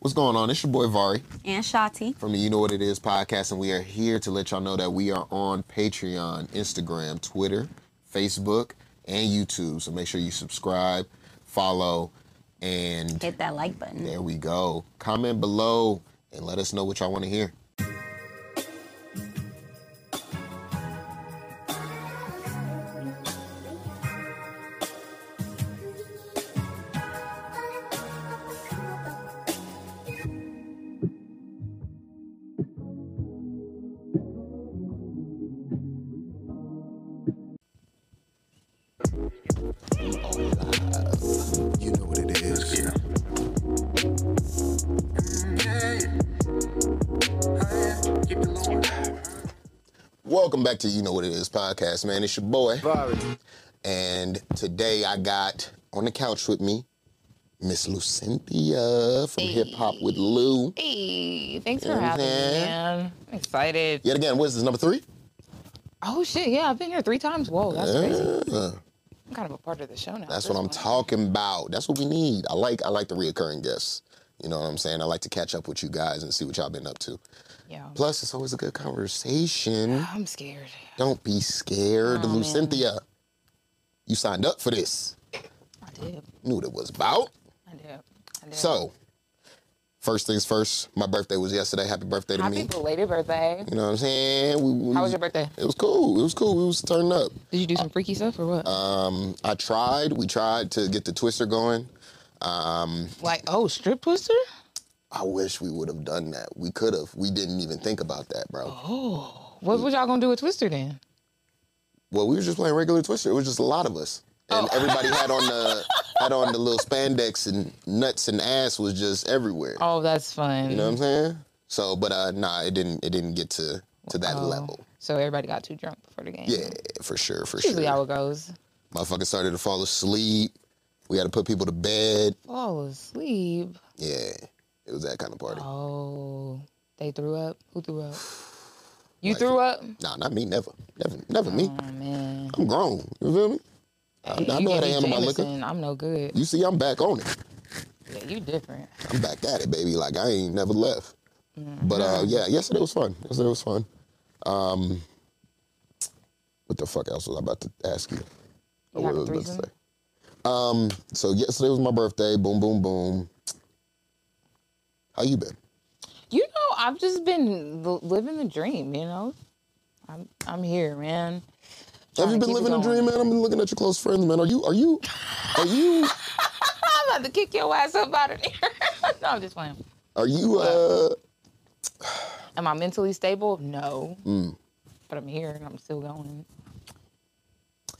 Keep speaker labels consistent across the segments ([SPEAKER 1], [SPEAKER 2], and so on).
[SPEAKER 1] What's going on? It's your boy Vari
[SPEAKER 2] and Shati.
[SPEAKER 1] from the You Know What It Is podcast, and we are here to let y'all know that we are on Patreon, Instagram, Twitter, Facebook, and YouTube. So make sure you subscribe, follow, and
[SPEAKER 2] Hit that like button.
[SPEAKER 1] there we go. Comment below and let us know what y'all want to hear.
[SPEAKER 3] You know what it is. Yeah.
[SPEAKER 1] Welcome back to You Know What It Is podcast, man. It's your boy. And today I got on the couch with me Miss Lucinthia from Hip Hop with Lou.
[SPEAKER 4] Hey, thanks
[SPEAKER 1] Yeah,
[SPEAKER 4] for having me,
[SPEAKER 1] man.
[SPEAKER 4] man. I'm excited.
[SPEAKER 1] Yet again, what's this number three?
[SPEAKER 4] Oh shit, yeah, I've been here three times. Whoa, that's crazy.
[SPEAKER 1] Yeah,
[SPEAKER 4] I'm kind of a part of the show now.
[SPEAKER 1] that's
[SPEAKER 4] This
[SPEAKER 1] what I'm
[SPEAKER 4] one.
[SPEAKER 1] talking about. That's what we need. I like I like the reoccurring guests. You know what I'm saying? I like to catch up with you guys and see what y'all been up to.
[SPEAKER 4] Yeah.
[SPEAKER 1] Plus, it's always a good conversation.
[SPEAKER 4] I'm scared.
[SPEAKER 1] Don't be scared,
[SPEAKER 4] Oh,
[SPEAKER 1] Lucinthia. You signed up for this.
[SPEAKER 4] I did.
[SPEAKER 1] Knew what it was about.
[SPEAKER 4] I did. I did.
[SPEAKER 1] So, first things first. My birthday was yesterday. Happy birthday to
[SPEAKER 4] happy
[SPEAKER 1] me.
[SPEAKER 4] belated birthday.
[SPEAKER 1] You know what I'm saying? We, we-
[SPEAKER 4] How was your birthday?
[SPEAKER 1] It was cool. It was cool. We was turning up.
[SPEAKER 4] Did you do some freaky stuff or what?
[SPEAKER 1] Um, I tried. We tried to get the twister going.
[SPEAKER 4] like, oh, strip twister?
[SPEAKER 1] I wish we would have done that. We could have. We didn't even think about that, bro.
[SPEAKER 4] Oh, What was y'all gonna do with Twister then?
[SPEAKER 1] Well, we were just playing regular Twister. It was just a lot of us, and
[SPEAKER 4] Oh.
[SPEAKER 1] everybody had on the had on the little spandex and nuts and ass was just everywhere.
[SPEAKER 4] Oh, that's fun.
[SPEAKER 1] You know what I'm saying? So, but uh, nah, it didn't. It didn't get to to that level.
[SPEAKER 4] Oh. So everybody got too drunk before the game.
[SPEAKER 1] Yeah, for sure, for
[SPEAKER 4] Usually how
[SPEAKER 1] sure.
[SPEAKER 4] it goes.
[SPEAKER 1] Motherfucker started to fall asleep. We had to put people to bed.
[SPEAKER 4] Fall asleep.
[SPEAKER 1] Yeah, it was that kind of party.
[SPEAKER 4] Oh, they threw up. Who threw up? You threw up?
[SPEAKER 1] Nah, not me. Never, never, never me.
[SPEAKER 4] Oh man.
[SPEAKER 1] I'm grown. You feel me? I, I
[SPEAKER 4] You
[SPEAKER 1] know
[SPEAKER 4] gave
[SPEAKER 1] how to
[SPEAKER 4] me
[SPEAKER 1] handle my liquor.
[SPEAKER 4] Jameson, I'm no good.
[SPEAKER 1] You see, I'm back on it.
[SPEAKER 4] Yeah, you different.
[SPEAKER 1] I'm back at it, baby. Like I ain't never left.
[SPEAKER 4] Mm.
[SPEAKER 1] But uh, yeah, yesterday was fun. Yesterday was fun. Um, what the fuck else was I about to ask you?
[SPEAKER 4] You
[SPEAKER 1] What
[SPEAKER 4] have a
[SPEAKER 1] was I about to
[SPEAKER 4] threesome?
[SPEAKER 1] say? Um, so yesterday was my birthday. Boom, boom, boom. How you been?
[SPEAKER 4] You know, I've just been l- living the dream. You know, I'm I'm here, man.
[SPEAKER 1] Have you been
[SPEAKER 4] Tryna keep it
[SPEAKER 1] living a dream,
[SPEAKER 4] going.
[SPEAKER 1] man? I've been looking at your close friends, man. Are you? Are you? Are you?
[SPEAKER 4] I'm about to kick your ass up out of there. no, I'm just playing.
[SPEAKER 1] Are you? Uh,
[SPEAKER 4] Am I mentally stable? No.
[SPEAKER 1] Mm.
[SPEAKER 4] But I'm here and I'm still going.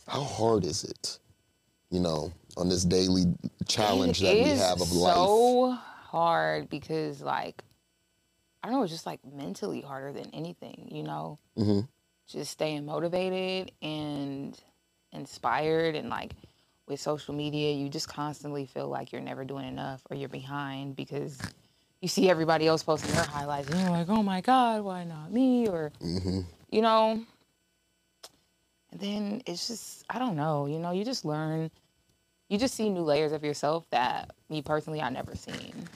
[SPEAKER 1] how hard is it? You know, on this daily challenge
[SPEAKER 4] It
[SPEAKER 1] that we
[SPEAKER 4] is
[SPEAKER 1] have of life.
[SPEAKER 4] so hard because like I don't know, it's just like mentally harder than anything, you know.
[SPEAKER 1] Mhm.
[SPEAKER 4] Just staying motivated and inspired, and like with social media, you just constantly feel like you're never doing enough or you're behind because you see everybody else posting their highlights, and you're like, oh my god, why not me? Or
[SPEAKER 1] mm-hmm.
[SPEAKER 4] you know. And then it's just I don't know, you know, you just learn. You just see new layers of yourself that me personally I never seen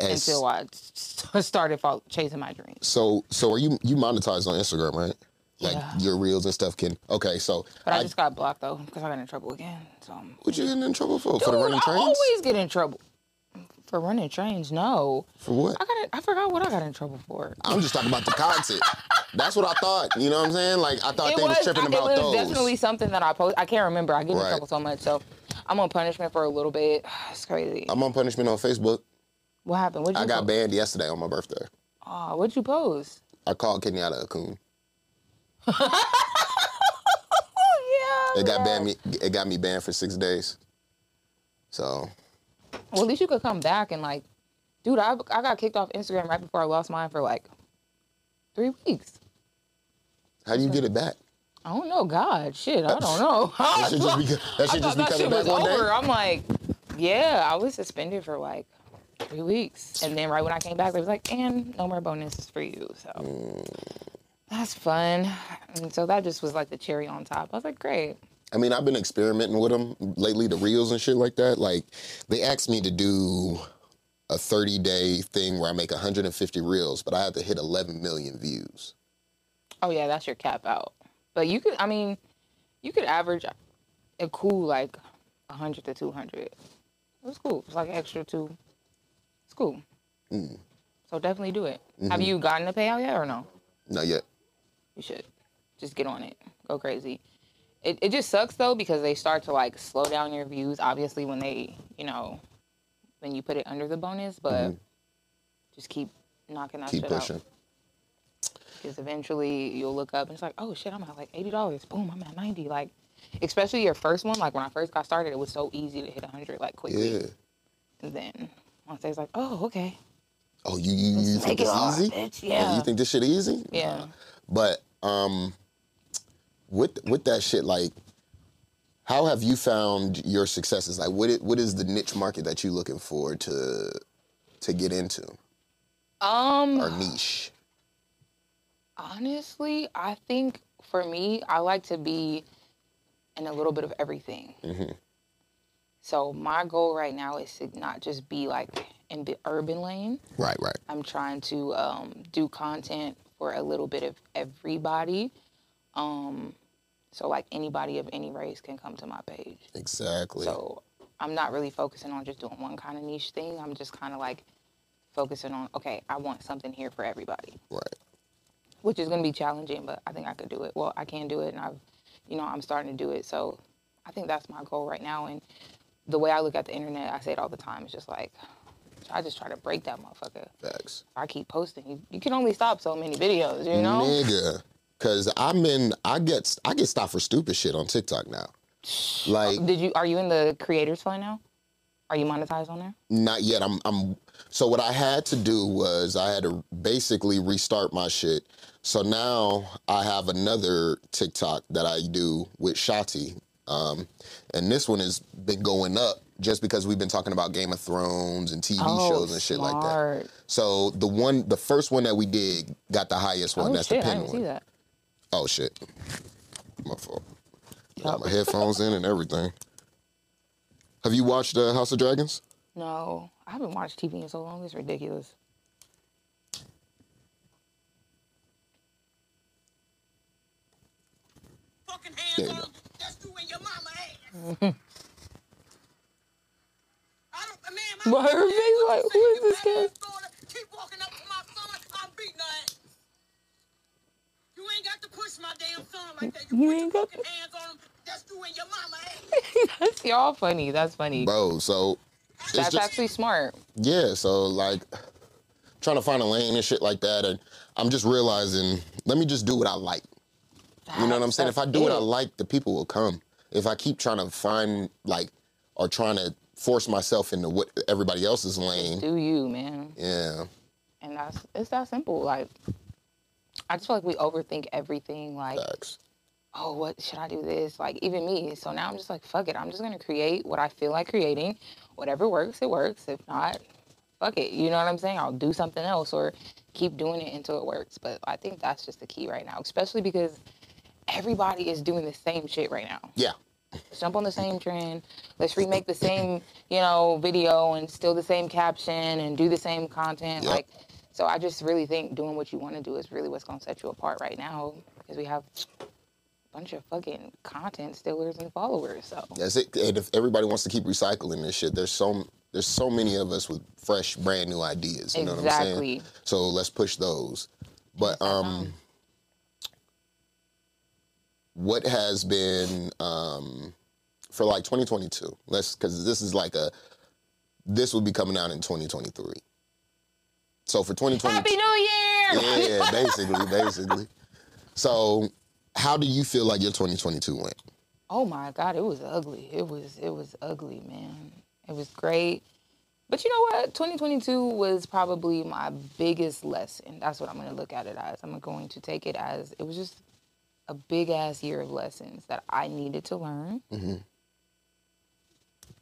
[SPEAKER 1] As-
[SPEAKER 4] until I st- started fo- chasing my dreams.
[SPEAKER 1] So so are you you monetized on Instagram, right? Like
[SPEAKER 4] Yeah.
[SPEAKER 1] your reels and stuff can. Okay, so
[SPEAKER 4] But I,
[SPEAKER 1] I-
[SPEAKER 4] just got blocked though because I got in trouble again. So I'm-
[SPEAKER 1] what you getting in trouble for? for the
[SPEAKER 4] Dude,
[SPEAKER 1] running trains?
[SPEAKER 4] I always get in trouble for running trains. No,
[SPEAKER 1] for what?
[SPEAKER 4] I got in- I forgot what I got in trouble for.
[SPEAKER 1] I'm just talking about the content. That's what I thought. You know what I'm saying? Like I thought
[SPEAKER 4] It
[SPEAKER 1] they
[SPEAKER 4] was,
[SPEAKER 1] was, tripping
[SPEAKER 4] it
[SPEAKER 1] about
[SPEAKER 4] was
[SPEAKER 1] those.
[SPEAKER 4] definitely something that I post. I can't remember. I get
[SPEAKER 1] Right.
[SPEAKER 4] in trouble so much, so I'm on punishment for a little bit. It's crazy.
[SPEAKER 1] I'm on punishment on Facebook.
[SPEAKER 4] what happened? What you?
[SPEAKER 1] I got
[SPEAKER 4] post?
[SPEAKER 1] banned yesterday on my birthday.
[SPEAKER 4] Aw, what'd you post?
[SPEAKER 1] I called Kenyatta a coon.
[SPEAKER 4] Oh yeah.
[SPEAKER 1] It got
[SPEAKER 4] yeah.
[SPEAKER 1] banned me. It got me banned for six days. So
[SPEAKER 4] Well, at least you could come back and like, dude, I, I got kicked off Instagram right before I lost mine for like three weeks.
[SPEAKER 1] how do you get it back?
[SPEAKER 4] I don't know, God, shit, I don't know.
[SPEAKER 1] That should just be, that
[SPEAKER 4] Oh, I
[SPEAKER 1] should just
[SPEAKER 4] thought
[SPEAKER 1] be
[SPEAKER 4] that shit
[SPEAKER 1] coming back
[SPEAKER 4] was
[SPEAKER 1] one
[SPEAKER 4] over.
[SPEAKER 1] day.
[SPEAKER 4] I'm like, yeah, I was suspended for like three weeks, and then right when I came back, they was like, and no more bonuses for you. So
[SPEAKER 1] Mm.
[SPEAKER 4] that's fun. And so that just was like the cherry on top. I was like, great.
[SPEAKER 1] I mean, I've been experimenting with them lately, the reels and shit like that. Like, they asked me to do a 30 day thing where I make 150 reels, but I have to hit 11 million views.
[SPEAKER 4] Oh yeah, that's your cap out. But you could, I mean, you could average a cool like hundred to two hundred. It's cool. It's like extra two. It's cool.
[SPEAKER 1] Mm.
[SPEAKER 4] So definitely do it.
[SPEAKER 1] Mm-hmm.
[SPEAKER 4] Have you gotten a payout yet or no?
[SPEAKER 1] Not yet.
[SPEAKER 4] You should. Just get on it. Go crazy. It it just sucks though because they start to like slow down your views. Obviously when they you know when you put it under the bonus, but just keep knocking that
[SPEAKER 1] Mm-hmm. Keep
[SPEAKER 4] shit
[SPEAKER 1] pushing.
[SPEAKER 4] out. Because eventually you'll look up and it's like, oh shit, I'm at like eighty dollars. Boom, I'm at ninety. Like, especially your first one. Like when I first got started, it was so easy to hit hundred like quickly.
[SPEAKER 1] Yeah.
[SPEAKER 4] And then once they was like, oh okay,
[SPEAKER 1] Oh, you you, you think
[SPEAKER 4] take it
[SPEAKER 1] it's
[SPEAKER 4] hard,
[SPEAKER 1] easy?
[SPEAKER 4] bitch.
[SPEAKER 1] Like,
[SPEAKER 4] Yeah.
[SPEAKER 1] you think this shit easy?
[SPEAKER 4] yeah.
[SPEAKER 1] But um, with with that shit, like, how have you found your successes? Like, what it, what is the niche market that you looking for to to get into
[SPEAKER 4] Um.
[SPEAKER 1] or niche?
[SPEAKER 4] Honestly, I think for me, I like to be in a little bit of everything.
[SPEAKER 1] Mm-hmm.
[SPEAKER 4] So my goal right now is to not just be like in the urban lane.
[SPEAKER 1] Right, right.
[SPEAKER 4] I'm trying to um, do content for a little bit of everybody. Um, so like anybody of any race can come to my page.
[SPEAKER 1] Exactly.
[SPEAKER 4] So I'm not really focusing on just doing one kind of niche thing. I'm just kind of like focusing on okay, I want something here for everybody
[SPEAKER 1] right.
[SPEAKER 4] which is going to be challenging, but I think I could do it. Well, I can do it, and I've, you know, I'm starting to do it. So I think that's my goal right now. And the way I look at the internet, I say it all the time. It's just like I just try to break that motherfucker.
[SPEAKER 1] Facts.
[SPEAKER 4] I keep posting. You, you can only stop so many videos, you know.
[SPEAKER 1] Nigga. Cause I'm in I get I get stopped for stupid shit on TikTok now. Like
[SPEAKER 4] Did you? Are you in the creators fund now? Are you monetized on there?
[SPEAKER 1] not yet. I'm I'm so what I had to do was I had to basically restart my shit. So now I have another TikTok that I do with Shati. Um, and this one has been going up just because we've been talking about Game of Thrones and TV shows and shit like that.
[SPEAKER 4] Oh, smart.
[SPEAKER 1] So the one the first one that we did got the highest one.
[SPEAKER 4] Oh
[SPEAKER 1] That's
[SPEAKER 4] shit!
[SPEAKER 1] the
[SPEAKER 4] I
[SPEAKER 1] pin
[SPEAKER 4] didn't
[SPEAKER 1] one.
[SPEAKER 4] see that.
[SPEAKER 1] Oh shit. My fault. Got my headphones in and everything. Have you watched uh, House of Dragons?
[SPEAKER 4] No, I haven't watched TV in so long. It's ridiculous.
[SPEAKER 2] fucking
[SPEAKER 1] There
[SPEAKER 2] hands
[SPEAKER 1] you go.
[SPEAKER 2] off. That's you and your mama ass.
[SPEAKER 4] Mm-hmm.
[SPEAKER 2] I don't, man, I
[SPEAKER 4] But her
[SPEAKER 2] don't care
[SPEAKER 4] face
[SPEAKER 2] what
[SPEAKER 4] like,
[SPEAKER 2] you
[SPEAKER 4] who
[SPEAKER 2] say,
[SPEAKER 4] is this
[SPEAKER 2] you
[SPEAKER 4] guy?
[SPEAKER 2] bastard daughter. Keep walking up to my son. I'm beating her ass. You ain't got to push my damn son like that. You,
[SPEAKER 4] You
[SPEAKER 2] put
[SPEAKER 4] ain't
[SPEAKER 2] your
[SPEAKER 4] got
[SPEAKER 2] fucking hands on him. That's you and your mama ass.
[SPEAKER 4] That's y'all funny. That's funny.
[SPEAKER 1] Bro, so it's
[SPEAKER 4] That's
[SPEAKER 1] just-
[SPEAKER 4] actually smart.
[SPEAKER 1] yeah, so like trying to find a lane and shit like that and I'm just realizing let me just do what I like. You know what I'm saying? If I do what I
[SPEAKER 4] That's it.
[SPEAKER 1] like, the people will come. If I keep trying to find like or trying to force myself into what everybody else's lane,
[SPEAKER 4] do you, man.
[SPEAKER 1] yeah.
[SPEAKER 4] And that's it's that simple. Like I just feel like we overthink everything. Like,
[SPEAKER 1] Facts.
[SPEAKER 4] oh, what should I do this? Like even me. So now I'm just like, fuck it. I'm just gonna create what I feel like creating. Whatever works, it works. If not, fuck it. You know what I'm saying? I'll do something else or keep doing it until it works. But I think that's just the key right now, especially because everybody is doing the same shit right now.
[SPEAKER 1] Yeah.
[SPEAKER 4] Let's jump on the same trend. Let's remake the same, you know, video and still the same caption and do the same content.
[SPEAKER 1] Yep.
[SPEAKER 4] Like, so I just really think doing what you want to do is really what's gonna set you apart right now because we have a bunch of fucking content stealers and followers. So
[SPEAKER 1] That's it. And if everybody wants to keep recycling this shit, there's so there's so many of us with fresh, brand new ideas. You know what I'm saying?
[SPEAKER 4] Exactly.
[SPEAKER 1] So let's push those. But um, what has been um for like 2022? Let's because this is like a this will be coming out in 2023. So for 2022,
[SPEAKER 4] Happy New Year!
[SPEAKER 1] yeah, basically, basically. So how do you feel like your 2022 went?
[SPEAKER 4] Oh my God, it was ugly. It was it was ugly, man. It was great. But you know what? 2022 was probably my biggest lesson. That's what I'm going to look at it as. I'm going to take it as it was just a big ass year of lessons that I needed to learn.
[SPEAKER 1] Mm-hmm,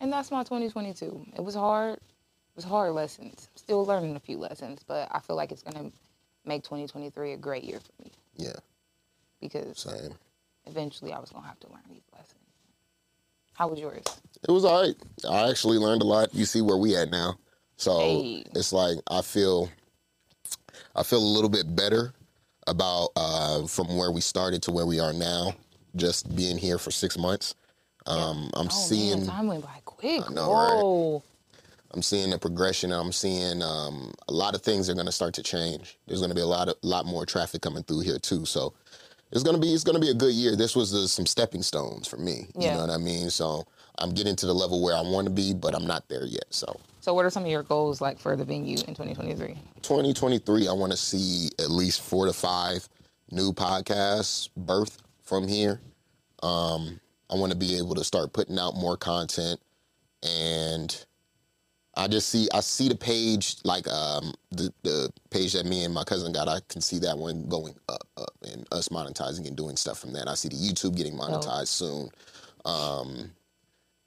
[SPEAKER 4] And that's my 2022. It was hard. It was hard lessons. Still learning a few lessons, but I feel like it's going to make 2023 a great year for me
[SPEAKER 1] Yeah,
[SPEAKER 4] because
[SPEAKER 1] same.
[SPEAKER 4] eventually I was gonna have to learn these lessons. How was yours?
[SPEAKER 1] It was all right. I actually learned a lot. You see where we at now. So
[SPEAKER 4] Hey.
[SPEAKER 1] it's like I feel I feel a little bit better about uh, from where we started to where we are now. Just being here for six months, um, I'm
[SPEAKER 4] Oh,
[SPEAKER 1] seeing
[SPEAKER 4] man, time went by quick.
[SPEAKER 1] know, right?
[SPEAKER 4] Whoa.
[SPEAKER 1] I'm seeing the progression. I'm seeing um, a lot of things are going to start to change. There's going to be a lot of lot more traffic coming through here too. So it's going to be it's going to be a good year. This was uh, some stepping stones for me. You
[SPEAKER 4] Yeah.
[SPEAKER 1] know what I mean? So I'm getting to the level where I want to be, but I'm not there yet. So
[SPEAKER 4] So, what are some of your goals like for the venue in 2023?
[SPEAKER 1] 2023, I want to see at least four to five new podcasts birth from here. Um, I want to be able to start putting out more content, and I just see I see the page like um, the the page that me and my cousin got. I can see that one going up, up, and us monetizing and doing stuff from that. I see the YouTube getting monetized soon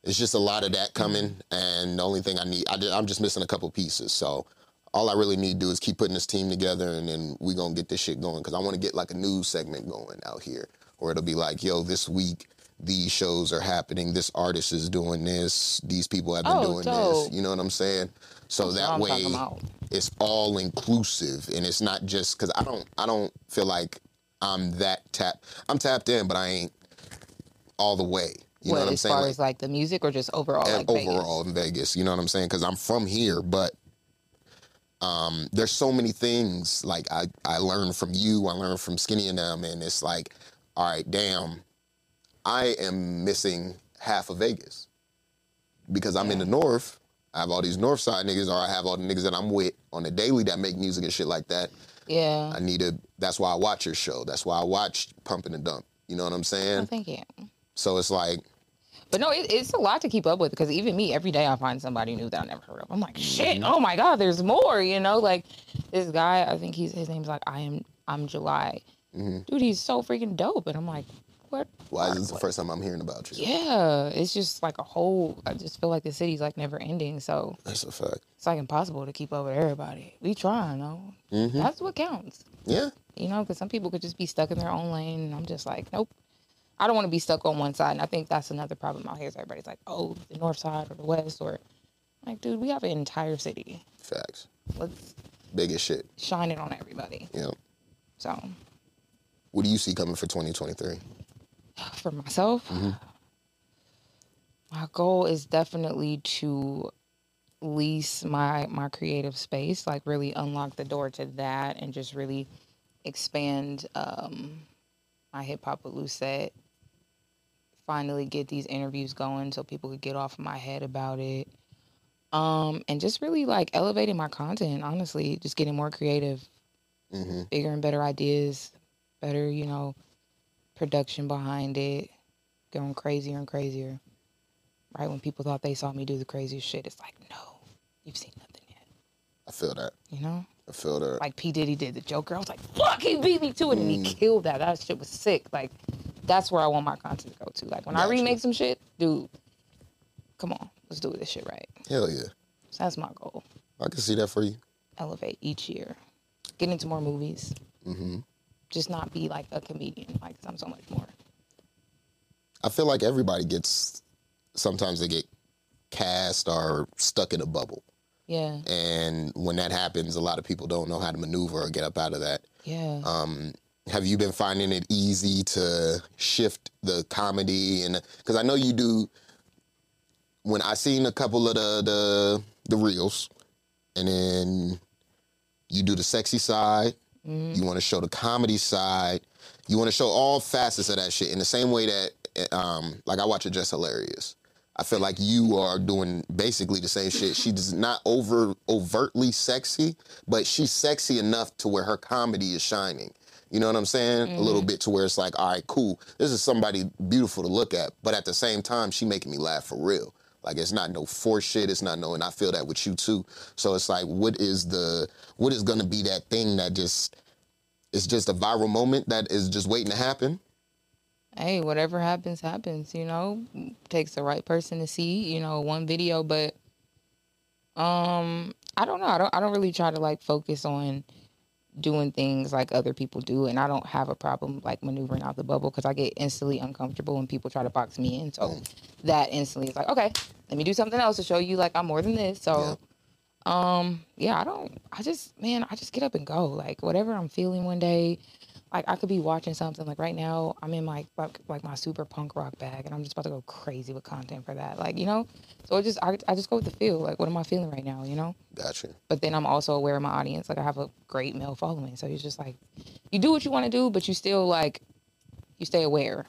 [SPEAKER 1] it's just a lot of
[SPEAKER 4] Mm-hmm.
[SPEAKER 1] that coming and the only thing i need I, am just missing a couple pieces so all i really need to do is keep putting this team together and then we gonna get this shit going because i want to get like a news segment going out here where it'll be like yo this week these shows are happening this artist is doing this these people have been
[SPEAKER 4] Oh,
[SPEAKER 1] doing
[SPEAKER 4] dope.
[SPEAKER 1] this you know what i'm saying so
[SPEAKER 4] That's
[SPEAKER 1] that
[SPEAKER 4] what I'm
[SPEAKER 1] way
[SPEAKER 4] talking about.
[SPEAKER 1] it's all inclusive and it's not just because i don't i don't feel like i'm that tap i'm tapped in but i ain't all the way you know what i'm
[SPEAKER 4] as
[SPEAKER 1] saying
[SPEAKER 4] far
[SPEAKER 1] Like,
[SPEAKER 4] as like the music or just overall?
[SPEAKER 1] and
[SPEAKER 4] Like Vegas?
[SPEAKER 1] overall in Vegas. You know what I'm saying? Because I'm from here, but um, there's so many things like I I learned from you, I learned from Skinny and them, and it's like, all right, damn, I am missing half of Vegas because I'm in the north. I have all these north side niggas, or I have all the niggas that I'm with on the daily that make music and shit like that.
[SPEAKER 4] Yeah.
[SPEAKER 1] I need to. That's why I watch your show. That's why I watch Pump and Dump. You know what I'm
[SPEAKER 4] No,
[SPEAKER 1] saying?
[SPEAKER 4] thank you.
[SPEAKER 1] So it's like,
[SPEAKER 4] But no, it, it's a lot to keep up with because even me, every day I find somebody new that I never heard of. I'm like,
[SPEAKER 1] Mm-hmm.
[SPEAKER 4] shit, oh my god, there's more. You know, like this guy, I think he's his name's like I am I'm July.
[SPEAKER 1] Mm-hmm.
[SPEAKER 4] Dude, he's so freaking dope, and I'm like, what?
[SPEAKER 1] why is this the first time I'm hearing about you?
[SPEAKER 4] Yeah, it's just like a whole. I just feel like the city's like never ending, so
[SPEAKER 1] That's a fact.
[SPEAKER 4] it's like impossible to keep up with everybody. We trying though.
[SPEAKER 1] Mm-hmm.
[SPEAKER 4] That's what counts.
[SPEAKER 1] Yeah.
[SPEAKER 4] you know, because some people could just be stuck in their own lane. And I'm just like, nope, I don't want to be stuck on one side. And I think that's another problem out here is everybody's like, oh, the north side or the west, or like, dude, we have an entire city.
[SPEAKER 1] Facts.
[SPEAKER 4] Let's
[SPEAKER 1] Biggest shit.
[SPEAKER 4] shine it on everybody.
[SPEAKER 1] Yeah.
[SPEAKER 4] So
[SPEAKER 1] What do you see coming for 2023?
[SPEAKER 4] for myself, my goal is definitely to lease my my creative space, like really unlock the door to that, and just really expand um, my hip hop with Lucette. Finally, get these interviews going so people could get off my head about it. Um, and just really like elevating my content, honestly, just getting more creative,
[SPEAKER 1] Mhm.
[SPEAKER 4] bigger and better ideas, better, you know, production behind it, going crazier and crazier. Right when people thought they saw me do the craziest shit, it's like, no, you've seen nothing yet.
[SPEAKER 1] I feel that.
[SPEAKER 4] You know?
[SPEAKER 1] I feel that.
[SPEAKER 4] Like P. Diddy did the Joker. I was like, fuck, he beat me to it and he killed that. That shit was sick. Like, that's where I want my content to go to. Like, when I
[SPEAKER 1] Gotcha.
[SPEAKER 4] remake some shit, dude, come on, let's do this shit right.
[SPEAKER 1] Hell yeah.
[SPEAKER 4] So that's my goal.
[SPEAKER 1] I can see that for you.
[SPEAKER 4] Elevate each year, get into more movies.
[SPEAKER 1] Mm-hmm.
[SPEAKER 4] Just not be like a comedian. Like, i I'm so much more.
[SPEAKER 1] I feel like everybody gets, sometimes they get cast or stuck in a bubble.
[SPEAKER 4] Yeah.
[SPEAKER 1] And when that happens, a lot of people don't know how to maneuver or get up out of that.
[SPEAKER 4] Yeah.
[SPEAKER 1] Um, have you been finding it easy to shift the comedy and because I know you do when I seen a couple of the the the reels and then you do the sexy side,
[SPEAKER 4] mm-hmm.
[SPEAKER 1] you want to show the comedy side, you want to show all facets of that shit in the same way that um like I watch it just hilarious. I feel like you are doing basically the same shit. She does not over overtly sexy, but she's sexy enough to where her comedy is shining. You know what I'm saying? A little bit to where it's like, all right, cool. This is somebody beautiful to look at, but at the same time, she making me laugh for real. Like it's not no force shit. It's not no, and I feel that with you too. So it's like, what is the what is gonna be that thing that just it's just a viral moment that is just waiting to happen?
[SPEAKER 4] hey, whatever happens, happens, you know. Takes the right person to see, you know, one video, but um I don't know. I don't I don't really try to like focus on doing things like other people do and I don't have a problem like maneuvering out the bubble cuz I get instantly uncomfortable when people try to box me in. So that instantly is like, okay, let me do something else to show you like I'm more than this. So Um, yeah, I don't I just man, I just get up and go. Like whatever I'm feeling one day, like I could be watching something. Like right now, I'm in like like, like my super punk rock bag and I'm just about to go crazy with content for that. Like, you know? So it just I, I just go with the feel. Like what am I feeling right now, you know?
[SPEAKER 1] Gotcha.
[SPEAKER 4] But then I'm also aware of my audience. Like I have a great male following. So it's just like you do what you want to do, but you still like you stay aware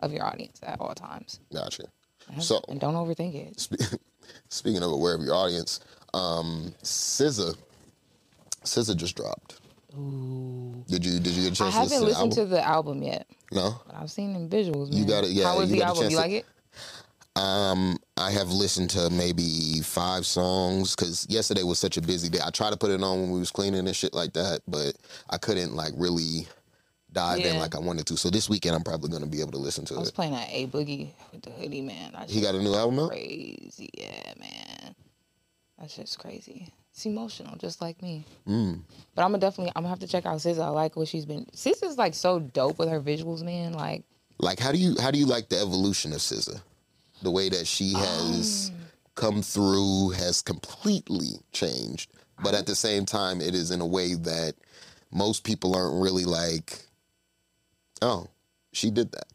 [SPEAKER 4] of your audience at all times.
[SPEAKER 1] Gotcha. Mm-hmm. So
[SPEAKER 4] and don't overthink it.
[SPEAKER 1] spe- speaking of aware of your audience, um, SZA, SZA just dropped. Did you did you get a chance
[SPEAKER 4] I
[SPEAKER 1] to listen
[SPEAKER 4] haven't
[SPEAKER 1] to the album?
[SPEAKER 4] listened to the album yet,
[SPEAKER 1] no.
[SPEAKER 4] but I've seen them visuals. Man.
[SPEAKER 1] You got it, yeah,
[SPEAKER 4] How was
[SPEAKER 1] you
[SPEAKER 4] the
[SPEAKER 1] got a
[SPEAKER 4] album?
[SPEAKER 1] chance
[SPEAKER 4] You
[SPEAKER 1] to-
[SPEAKER 4] like it?
[SPEAKER 1] I have listened to maybe five songs because yesterday was such a busy day. I tried to put it on when we was cleaning and shit like that, but I couldn't like really dive in
[SPEAKER 4] Yeah.
[SPEAKER 1] like I wanted to. So this weekend I'm probably gonna be able to listen
[SPEAKER 4] I
[SPEAKER 1] to
[SPEAKER 4] was
[SPEAKER 1] it.
[SPEAKER 4] playing at A Boogie with the hoodie, man. That's
[SPEAKER 1] He got a new album out.
[SPEAKER 4] crazy, yeah, man. That's just crazy. It's emotional, just like me.
[SPEAKER 1] Mm.
[SPEAKER 4] But I'm gonna definitely, I'm gonna have to check out SZA. I like what she's been. SZA's like so dope with her visuals, man. Like
[SPEAKER 1] Like how do you how do you like the evolution of SZA? The way that she
[SPEAKER 4] Um.
[SPEAKER 1] has come through has completely changed, but at the same time, it is in a way that most people aren't really like, oh, she did that.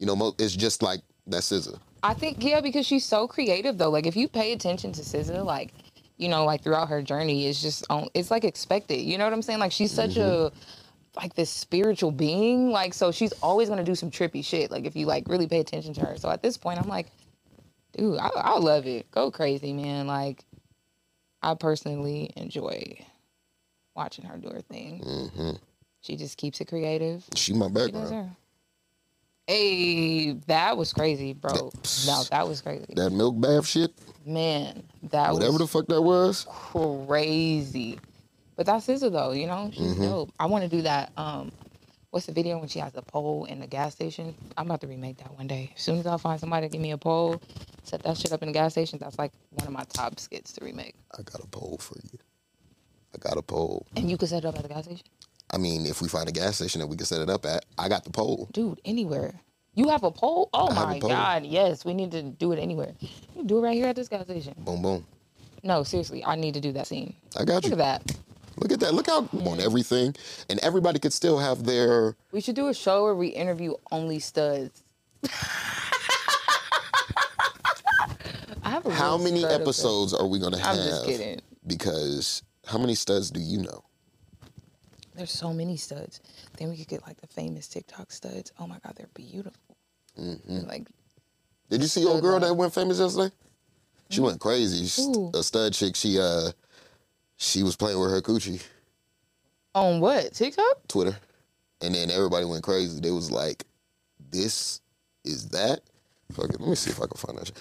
[SPEAKER 1] You know, mo- it's just like that's SZA.
[SPEAKER 4] I think yeah, because she's so creative though. Like if you pay attention to SZA, like you know, like throughout her journey, it's just on. It's like expected. You know what I'm saying? Like she's such a like this spiritual being. Like so, she's always gonna do some trippy shit. Like if you like really pay attention to her. So at this point, I'm like, dude, I, I love it. Go crazy, man. Like I personally enjoy watching her do her thing. She just keeps it creative.
[SPEAKER 1] Mm-hmm. She my
[SPEAKER 4] She does
[SPEAKER 1] background.
[SPEAKER 4] her. Hey, that was crazy, bro. No, that was crazy.
[SPEAKER 1] That milk bath shit,
[SPEAKER 4] Man, that
[SPEAKER 1] whatever the
[SPEAKER 4] was
[SPEAKER 1] fuck that was.
[SPEAKER 4] crazy. But that's SZA though, you know? She's
[SPEAKER 1] Mm-hmm.
[SPEAKER 4] dope. I want to do that. Um, what's the video when she has the pole in the gas station? I'm about to remake that one day. As soon as I find somebody to give me a pole, set that shit up in the gas station. That's like one of my top skits to remake.
[SPEAKER 1] I got a poll for you. I got a poll.
[SPEAKER 4] And you could set it up at the gas station,
[SPEAKER 1] I mean, if we find a gas station that we can set it up at, I got the poll.
[SPEAKER 4] dude. Anywhere. You have a pole? Oh
[SPEAKER 1] I have a
[SPEAKER 4] my
[SPEAKER 1] pole.
[SPEAKER 4] god! Yes, we need to do it anywhere. You do it right here at this gas station.
[SPEAKER 1] Boom, boom.
[SPEAKER 4] No, seriously, I need to do that scene.
[SPEAKER 1] I got
[SPEAKER 4] Look
[SPEAKER 1] you.
[SPEAKER 4] at that.
[SPEAKER 1] Look at that. Look how on everything, and everybody could still have their.
[SPEAKER 4] We should do a show where we interview only studs. I have a
[SPEAKER 1] How
[SPEAKER 4] real
[SPEAKER 1] many
[SPEAKER 4] stud of
[SPEAKER 1] episodes are we gonna
[SPEAKER 4] them. I'm
[SPEAKER 1] have?
[SPEAKER 4] just kidding.
[SPEAKER 1] Because how many studs do you know?
[SPEAKER 4] There's so many studs. Then we could get like the famous TikTok studs. Oh my God, they're beautiful.
[SPEAKER 1] Mm-hmm.
[SPEAKER 4] Like,
[SPEAKER 1] Did you see old
[SPEAKER 4] Stud
[SPEAKER 1] girl
[SPEAKER 4] like-
[SPEAKER 1] that went famous yesterday? She went crazy. St-
[SPEAKER 4] Who?
[SPEAKER 1] A stud chick. She uh, she was playing with her coochie.
[SPEAKER 4] on what? TikTok?
[SPEAKER 1] Twitter, and then everybody went crazy. They was like, "This is that." Fuck it. Let me see if I can find that. Shit.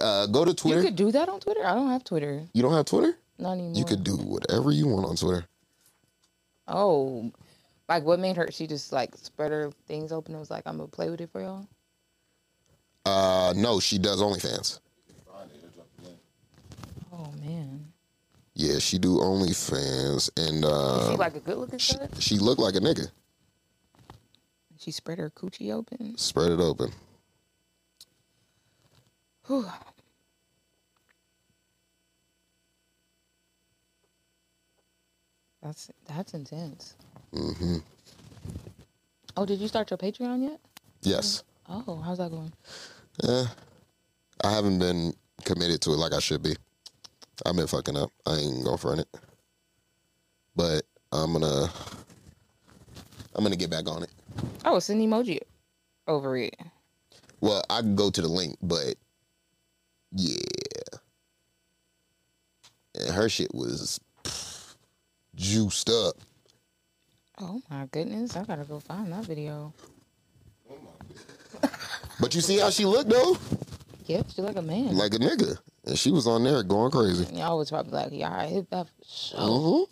[SPEAKER 1] Uh, go to Twitter.
[SPEAKER 4] You could do that on Twitter? I don't have Twitter.
[SPEAKER 1] You don't have Twitter?
[SPEAKER 4] Not anymore.
[SPEAKER 1] You could do whatever you want on Twitter.
[SPEAKER 4] Oh, like what made her? She just like spread her things open and was like, I'm going to play with it for y'all.
[SPEAKER 1] Uh, no, she does OnlyFans.
[SPEAKER 4] Oh man.
[SPEAKER 1] Yeah, she do OnlyFans, and
[SPEAKER 4] Is
[SPEAKER 1] uh,
[SPEAKER 4] she like a good looking
[SPEAKER 1] she,
[SPEAKER 4] stud?
[SPEAKER 1] she looked like a nigga.
[SPEAKER 4] She spread her coochie open.
[SPEAKER 1] Spread it open.
[SPEAKER 4] Whew. That's that's intense. Mm-hmm. Oh, did you start your Patreon yet?
[SPEAKER 1] Yes,
[SPEAKER 4] Oh, how's that going? Mm-hmm.
[SPEAKER 1] I haven't been committed to it like I should be. I've been fucking up. I ain't gonna front it, but I'm gonna I'm gonna get back on it.
[SPEAKER 4] Oh, it's an emoji over it.
[SPEAKER 1] Well, I can go to the link, but yeah. And her shit was juiced up.
[SPEAKER 4] Oh my goodness, I gotta go find that video.
[SPEAKER 1] But you see how she looked though?
[SPEAKER 4] Yep, she like a man.
[SPEAKER 1] Like a nigga. And she was on there going crazy.
[SPEAKER 4] And y'all was probably like, yeah, I hit that for sure.
[SPEAKER 1] Uh-huh.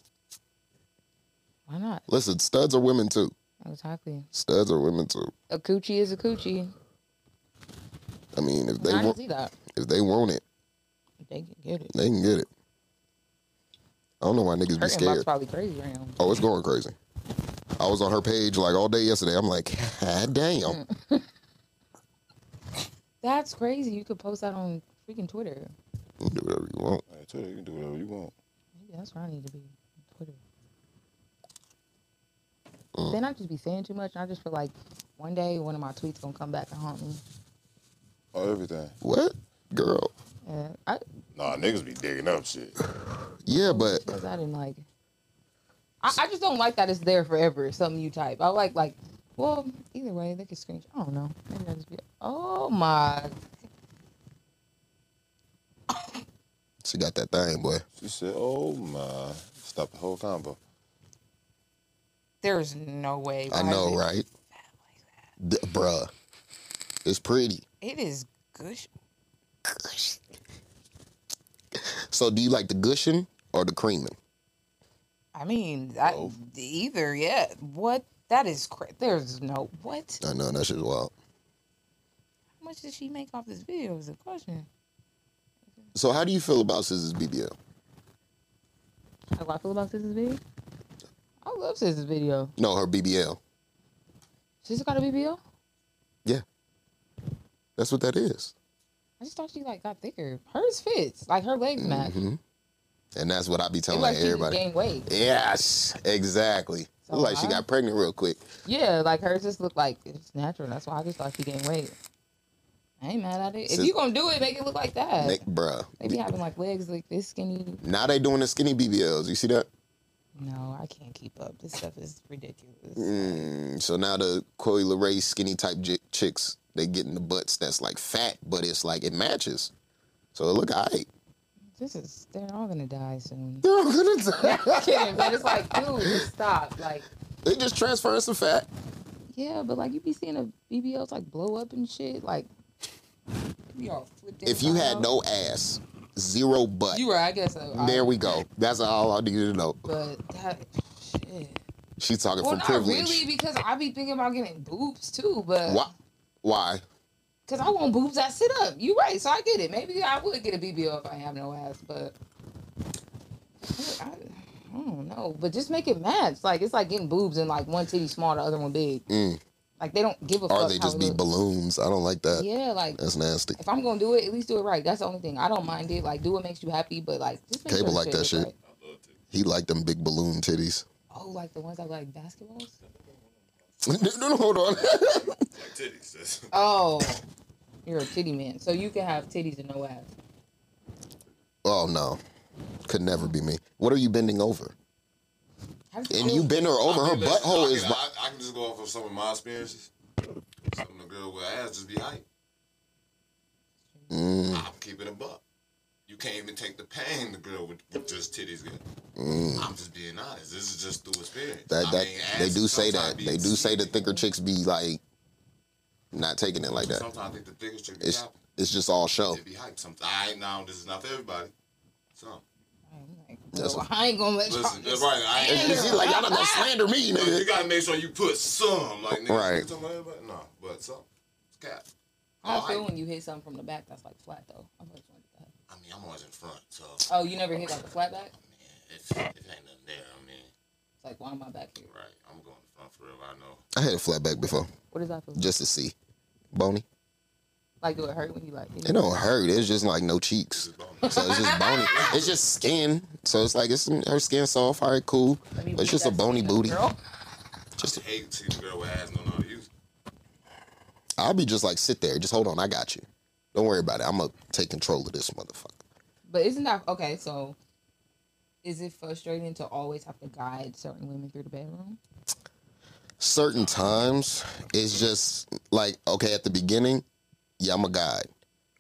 [SPEAKER 4] Why not?
[SPEAKER 1] Listen, studs are women too.
[SPEAKER 4] Exactly.
[SPEAKER 1] Studs are women too.
[SPEAKER 4] A coochie is a coochie.
[SPEAKER 1] I mean, if they
[SPEAKER 4] I didn't
[SPEAKER 1] want
[SPEAKER 4] see that.
[SPEAKER 1] if they want it,
[SPEAKER 4] They can get it.
[SPEAKER 1] they can get it. I don't know why niggas
[SPEAKER 4] Her
[SPEAKER 1] be
[SPEAKER 4] inbox
[SPEAKER 1] scared.
[SPEAKER 4] probably crazy right now.
[SPEAKER 1] Oh, it's going crazy. I was on her page like all day yesterday. I'm like, ah, damn.
[SPEAKER 4] Mm. That's crazy. You could post that on freaking Twitter.
[SPEAKER 1] You can do whatever you want.
[SPEAKER 5] got Twitter. You can do whatever you want.
[SPEAKER 4] Yeah, that's where I need to be. on Twitter.
[SPEAKER 1] Mm.
[SPEAKER 4] Then I just be saying too much, and I just feel like one day one of my tweets gonna come back and haunt me.
[SPEAKER 5] Oh, everything.
[SPEAKER 1] What? Girl.
[SPEAKER 4] Yeah, I,
[SPEAKER 5] Nah, niggas be digging up shit.
[SPEAKER 1] Yeah, but
[SPEAKER 4] Cause I didn't like it. I, I just don't like that it's there forever. It's something you type. I like like, well, either way they could screenshot. I don't know. Maybe I'll just be. Oh my!
[SPEAKER 1] she got that thing, boy.
[SPEAKER 5] She said, "Oh my!" Stop the whole combo.
[SPEAKER 4] There's no way.
[SPEAKER 1] I
[SPEAKER 4] Why is
[SPEAKER 1] know,
[SPEAKER 4] it-
[SPEAKER 1] right? D- bruh. It's pretty.
[SPEAKER 4] It is gush. Gush.
[SPEAKER 1] So do you like the gushing or the creaming?
[SPEAKER 4] I mean, that
[SPEAKER 1] Oh.
[SPEAKER 5] Both.
[SPEAKER 4] either. Yeah. What? That is cra- There's no what.
[SPEAKER 1] I know that shit's wild.
[SPEAKER 4] How much did she make off this video? Is the question.
[SPEAKER 1] So how do you feel about Scissors BBL?
[SPEAKER 4] How do I feel about Sis's video? I love Sis's video.
[SPEAKER 1] No, her BBL.
[SPEAKER 4] She's got a BBL.
[SPEAKER 1] Yeah. That's what that is.
[SPEAKER 4] I just thought she like got thicker. Hers fits. Like her legs match.
[SPEAKER 1] And that's what I be
[SPEAKER 4] It
[SPEAKER 1] telling
[SPEAKER 4] like she just
[SPEAKER 1] Mm-hmm. everybody.
[SPEAKER 4] gained weight.
[SPEAKER 1] Yes, exactly.
[SPEAKER 4] So
[SPEAKER 1] Look like she
[SPEAKER 4] I-
[SPEAKER 1] got pregnant real quick.
[SPEAKER 4] Yeah, like hers just looked like it's natural. That's why I just thought she gained weight. I ain't mad at it. If
[SPEAKER 1] Sis-
[SPEAKER 4] you gonna do it, make it look like that.
[SPEAKER 1] Nick, bruh.
[SPEAKER 4] Maybe having like legs like this skinny.
[SPEAKER 1] Now they doing the skinny BBLs. You see that?
[SPEAKER 4] No, I can't keep up. This stuff is ridiculous.
[SPEAKER 1] Mm, so now the Chloe Ray skinny type j- chicks, they getting the butts that's like fat, but it's like it matches. So it look alright.
[SPEAKER 4] This is they're all gonna die soon.
[SPEAKER 1] They're all gonna die.
[SPEAKER 4] Kidding, but it's like, dude, just stop. Like,
[SPEAKER 1] they just transferring some fat.
[SPEAKER 4] yeah, but like you be seeing a BBLs like blow up and shit. Like, you all flipped.
[SPEAKER 1] If you
[SPEAKER 4] inside
[SPEAKER 1] had
[SPEAKER 4] out.
[SPEAKER 1] no ass, zero butt.
[SPEAKER 4] Uh-huh. you were, I guess. So. I-
[SPEAKER 1] There we go. That's all I need you to know.
[SPEAKER 4] But that shit.
[SPEAKER 1] She's talking
[SPEAKER 4] Well,
[SPEAKER 1] from
[SPEAKER 4] not
[SPEAKER 1] privilege.
[SPEAKER 4] really, because I be thinking about getting boobs too, but
[SPEAKER 1] Why? Why?
[SPEAKER 4] because I want boobs that sit up. You right, so I get it. Maybe I would get a BBL if I have no ass, but I, I don't know. But just make it match. Like it's like getting boobs and like one titty small, the other one big.
[SPEAKER 1] Mm.
[SPEAKER 4] Like they don't give a fuck.
[SPEAKER 1] Or they
[SPEAKER 4] how
[SPEAKER 1] just
[SPEAKER 4] it
[SPEAKER 1] be
[SPEAKER 4] look.
[SPEAKER 1] balloons. I don't like that.
[SPEAKER 4] Yeah, like
[SPEAKER 1] That's nasty.
[SPEAKER 4] if I'm gonna do it, at least do it right. That's the only thing. I don't mind it. Like do what makes you happy, but like just make
[SPEAKER 1] Cable
[SPEAKER 4] sure
[SPEAKER 1] like that
[SPEAKER 4] look
[SPEAKER 1] shit.
[SPEAKER 4] right.
[SPEAKER 1] He like them big balloon titties.
[SPEAKER 4] Oh, like the ones that look like basketballs.
[SPEAKER 1] No, no, Hold on.
[SPEAKER 5] Titties.
[SPEAKER 4] Oh, you're a titty man, so you can have titties and no ass.
[SPEAKER 1] oh no, could never be me. What are you bending over?
[SPEAKER 4] How does it
[SPEAKER 1] And
[SPEAKER 4] feel?
[SPEAKER 1] you bend her over. Her butthole is.
[SPEAKER 5] I, I can just go off of some of my experiences. Some of the girl with ass just be hype.
[SPEAKER 1] Mm,
[SPEAKER 5] I'm keeping a buck. You can't even take the pain the girl with, with just titties get. I'm just being honest. This is just through experience.
[SPEAKER 1] Mm. that
[SPEAKER 5] I
[SPEAKER 1] that
[SPEAKER 5] mean,
[SPEAKER 1] they
[SPEAKER 5] ass
[SPEAKER 1] do say
[SPEAKER 5] sometimes
[SPEAKER 1] that
[SPEAKER 5] be
[SPEAKER 1] they do say the
[SPEAKER 5] deceiving.
[SPEAKER 1] thicker chicks be like, not taking it like that.
[SPEAKER 5] Sometimes I think the thickest chick be
[SPEAKER 1] It's oh.
[SPEAKER 5] happy.
[SPEAKER 1] it's just all show.
[SPEAKER 5] They be hype. Sometimes I ain't now. This is not for everybody. So
[SPEAKER 4] I'm like,
[SPEAKER 1] That's
[SPEAKER 4] well, I ain't gonna let y'all.
[SPEAKER 5] listen, that's
[SPEAKER 4] just-
[SPEAKER 5] right. I ain't.
[SPEAKER 1] Is he like y'all not gonna slander me,
[SPEAKER 5] You, know, you
[SPEAKER 1] nigga?
[SPEAKER 5] gotta make sure you put some. Like niggas,
[SPEAKER 1] Right.
[SPEAKER 5] niggas talking about everybody. No, but some. It's cap.
[SPEAKER 4] I
[SPEAKER 5] Oh, I-
[SPEAKER 4] feel when you hit something from the back that's like flat though. I'm always wondered that.
[SPEAKER 5] I mean, I'm always in front, so
[SPEAKER 4] Oh, you never hit like a flat back?
[SPEAKER 5] man, if, if ain't nothing there, I mean,
[SPEAKER 4] It's like why am I back here?
[SPEAKER 5] right? I'm going in front for real. I know.
[SPEAKER 1] I had a flat back before
[SPEAKER 4] What does that feel?
[SPEAKER 1] just to see, bony.
[SPEAKER 4] like do it hurt when you like?
[SPEAKER 1] It don't hurt. It's just like no
[SPEAKER 5] This
[SPEAKER 1] cheeks.
[SPEAKER 5] is bone.
[SPEAKER 1] So it's just bony. It's just skin. So it's like it's her skin soft. All right, cool.
[SPEAKER 4] Let me
[SPEAKER 1] But it's
[SPEAKER 4] read
[SPEAKER 1] just a
[SPEAKER 4] that
[SPEAKER 1] bony
[SPEAKER 4] skin up,
[SPEAKER 1] booty.
[SPEAKER 4] Girl.
[SPEAKER 1] Just
[SPEAKER 5] hate to see the girl with ass don't know how to use. it.
[SPEAKER 1] I'll be just like sit there. Just hold on. I got you. Don't worry about it. I'm gonna take control of this motherfucker.
[SPEAKER 4] But isn't that okay? So, is it frustrating to always have to guide certain women through the bedroom?
[SPEAKER 1] certain times it's just like okay at the beginning yeah i'm a guide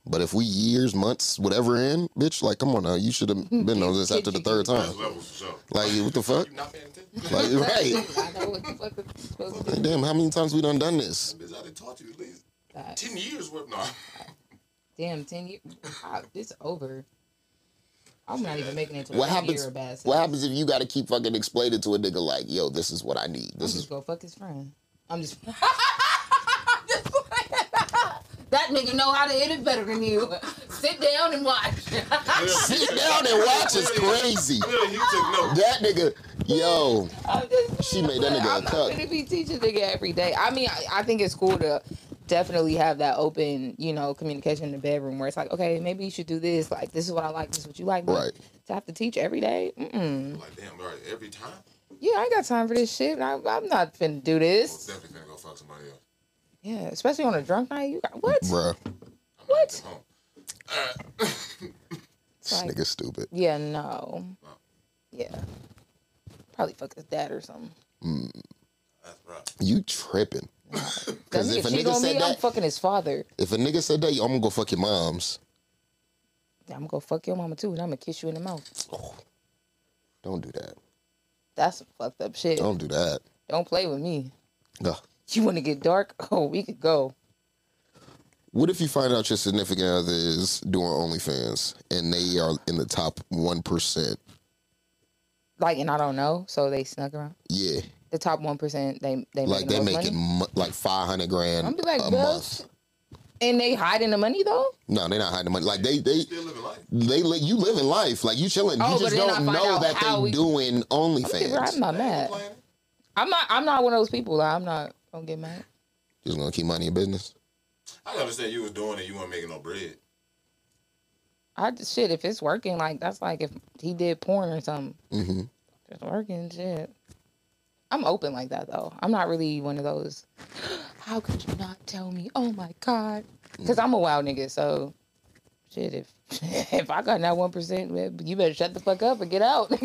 [SPEAKER 1] but if we years months whatever in bitch like come on now you should have been on this after the third time
[SPEAKER 5] That's levels for sure.
[SPEAKER 1] like what the fuck
[SPEAKER 5] You not paying attention?
[SPEAKER 1] like right
[SPEAKER 4] I know what the fuck it's supposed to be.
[SPEAKER 1] Like, damn how many times we done done this
[SPEAKER 5] Bitch, I done taught you at least
[SPEAKER 4] That.
[SPEAKER 5] ten years worth. No,
[SPEAKER 4] Damn, ten years. Wow, it's over. I'm not even making it to
[SPEAKER 1] what
[SPEAKER 4] one
[SPEAKER 1] happens
[SPEAKER 4] year of bad sex.
[SPEAKER 1] what happens if you gotta keep fucking explaining to a nigga like yo this is what i need
[SPEAKER 4] I'm
[SPEAKER 1] this is
[SPEAKER 4] just go fuck his friend. I'm just. that nigga know how to hit it better than you. Sit down and watch.
[SPEAKER 1] sit down and watch is crazy
[SPEAKER 5] Clearly, you took notes.
[SPEAKER 1] that nigga yo
[SPEAKER 4] I'm just.
[SPEAKER 1] She made that nigga a
[SPEAKER 4] I'm not
[SPEAKER 1] cuck.
[SPEAKER 4] gonna be teaching nigga every day. I mean, I, I think it's cool to definitely have that open, you know, communication in the bedroom where it's like, okay, maybe you should do this. Like, this is what I like. This is what you like. But
[SPEAKER 1] Right.
[SPEAKER 4] To have to teach every day. Mm-mm.
[SPEAKER 5] Like damn, right, every time.
[SPEAKER 4] Yeah, I ain't got time for this shit. I, I'm not finna do
[SPEAKER 5] I'm
[SPEAKER 4] this.
[SPEAKER 5] definitely gonna go fuck somebody else.
[SPEAKER 4] Yeah, especially on a drunk night. You got what?
[SPEAKER 1] Bruh,
[SPEAKER 5] I'm
[SPEAKER 4] What?
[SPEAKER 5] Not even home.
[SPEAKER 4] It's like,
[SPEAKER 1] nigga stupid.
[SPEAKER 4] yeah, no.
[SPEAKER 5] Wow.
[SPEAKER 4] Yeah. Probably fuck his dad or something.
[SPEAKER 5] That's rough.
[SPEAKER 1] You tripping.
[SPEAKER 4] That
[SPEAKER 1] Because if
[SPEAKER 4] nigga
[SPEAKER 1] a
[SPEAKER 4] cheat
[SPEAKER 1] nigga
[SPEAKER 4] on me,
[SPEAKER 1] said
[SPEAKER 4] I'm
[SPEAKER 1] that,
[SPEAKER 4] fucking his father.
[SPEAKER 1] if a nigga said that, I'm gonna go fuck your moms.
[SPEAKER 4] I'm gonna go fuck your mama too, and I'm gonna kiss you in the mouth.
[SPEAKER 1] Don't do that.
[SPEAKER 4] That's some fucked up shit. Don't,
[SPEAKER 1] Don't do that.
[SPEAKER 4] play with me.
[SPEAKER 1] Ugh.
[SPEAKER 4] You wanna get dark? Oh, we could go.
[SPEAKER 1] What if you find out your significant other is doing OnlyFans and they are in the top one percent?
[SPEAKER 4] Like, and I don't know, so they snuck around.
[SPEAKER 1] Yeah,
[SPEAKER 4] The top one percent, they they
[SPEAKER 1] like
[SPEAKER 4] making
[SPEAKER 1] they
[SPEAKER 4] the most
[SPEAKER 1] making
[SPEAKER 4] money,
[SPEAKER 1] mo- like five hundred grand
[SPEAKER 4] I'm be like,
[SPEAKER 1] a
[SPEAKER 4] "Bitch."
[SPEAKER 1] month.
[SPEAKER 4] and they hiding the money though.
[SPEAKER 1] No, they're not hiding money. Like they they
[SPEAKER 5] Still living life.
[SPEAKER 1] they let you living life. Like you chilling.
[SPEAKER 4] Oh,
[SPEAKER 1] you
[SPEAKER 4] but
[SPEAKER 1] just
[SPEAKER 4] then I
[SPEAKER 1] don't
[SPEAKER 4] find
[SPEAKER 1] know
[SPEAKER 4] out
[SPEAKER 1] that
[SPEAKER 4] how
[SPEAKER 1] they
[SPEAKER 4] we-
[SPEAKER 1] doing
[SPEAKER 4] Okay, bro, I'm
[SPEAKER 1] OnlyFans.
[SPEAKER 4] not mad.
[SPEAKER 5] Complaining?
[SPEAKER 4] I'm not. I'm not one of those people. Like, I'm not. Don't get mad.
[SPEAKER 1] Just gonna keep money in business.
[SPEAKER 5] I understand you was doing it. You weren't making no bread.
[SPEAKER 4] I just shit. If it's working, like that's like if he did porn or something.
[SPEAKER 1] hmm
[SPEAKER 4] If It's working. Shit. I'm open like that though. I'm not really one of those. How could you not tell me? Oh my god.
[SPEAKER 1] Mm.
[SPEAKER 4] Because I'm a wild nigga. So, shit. If if I got that one percent, you better shut the fuck up and get out.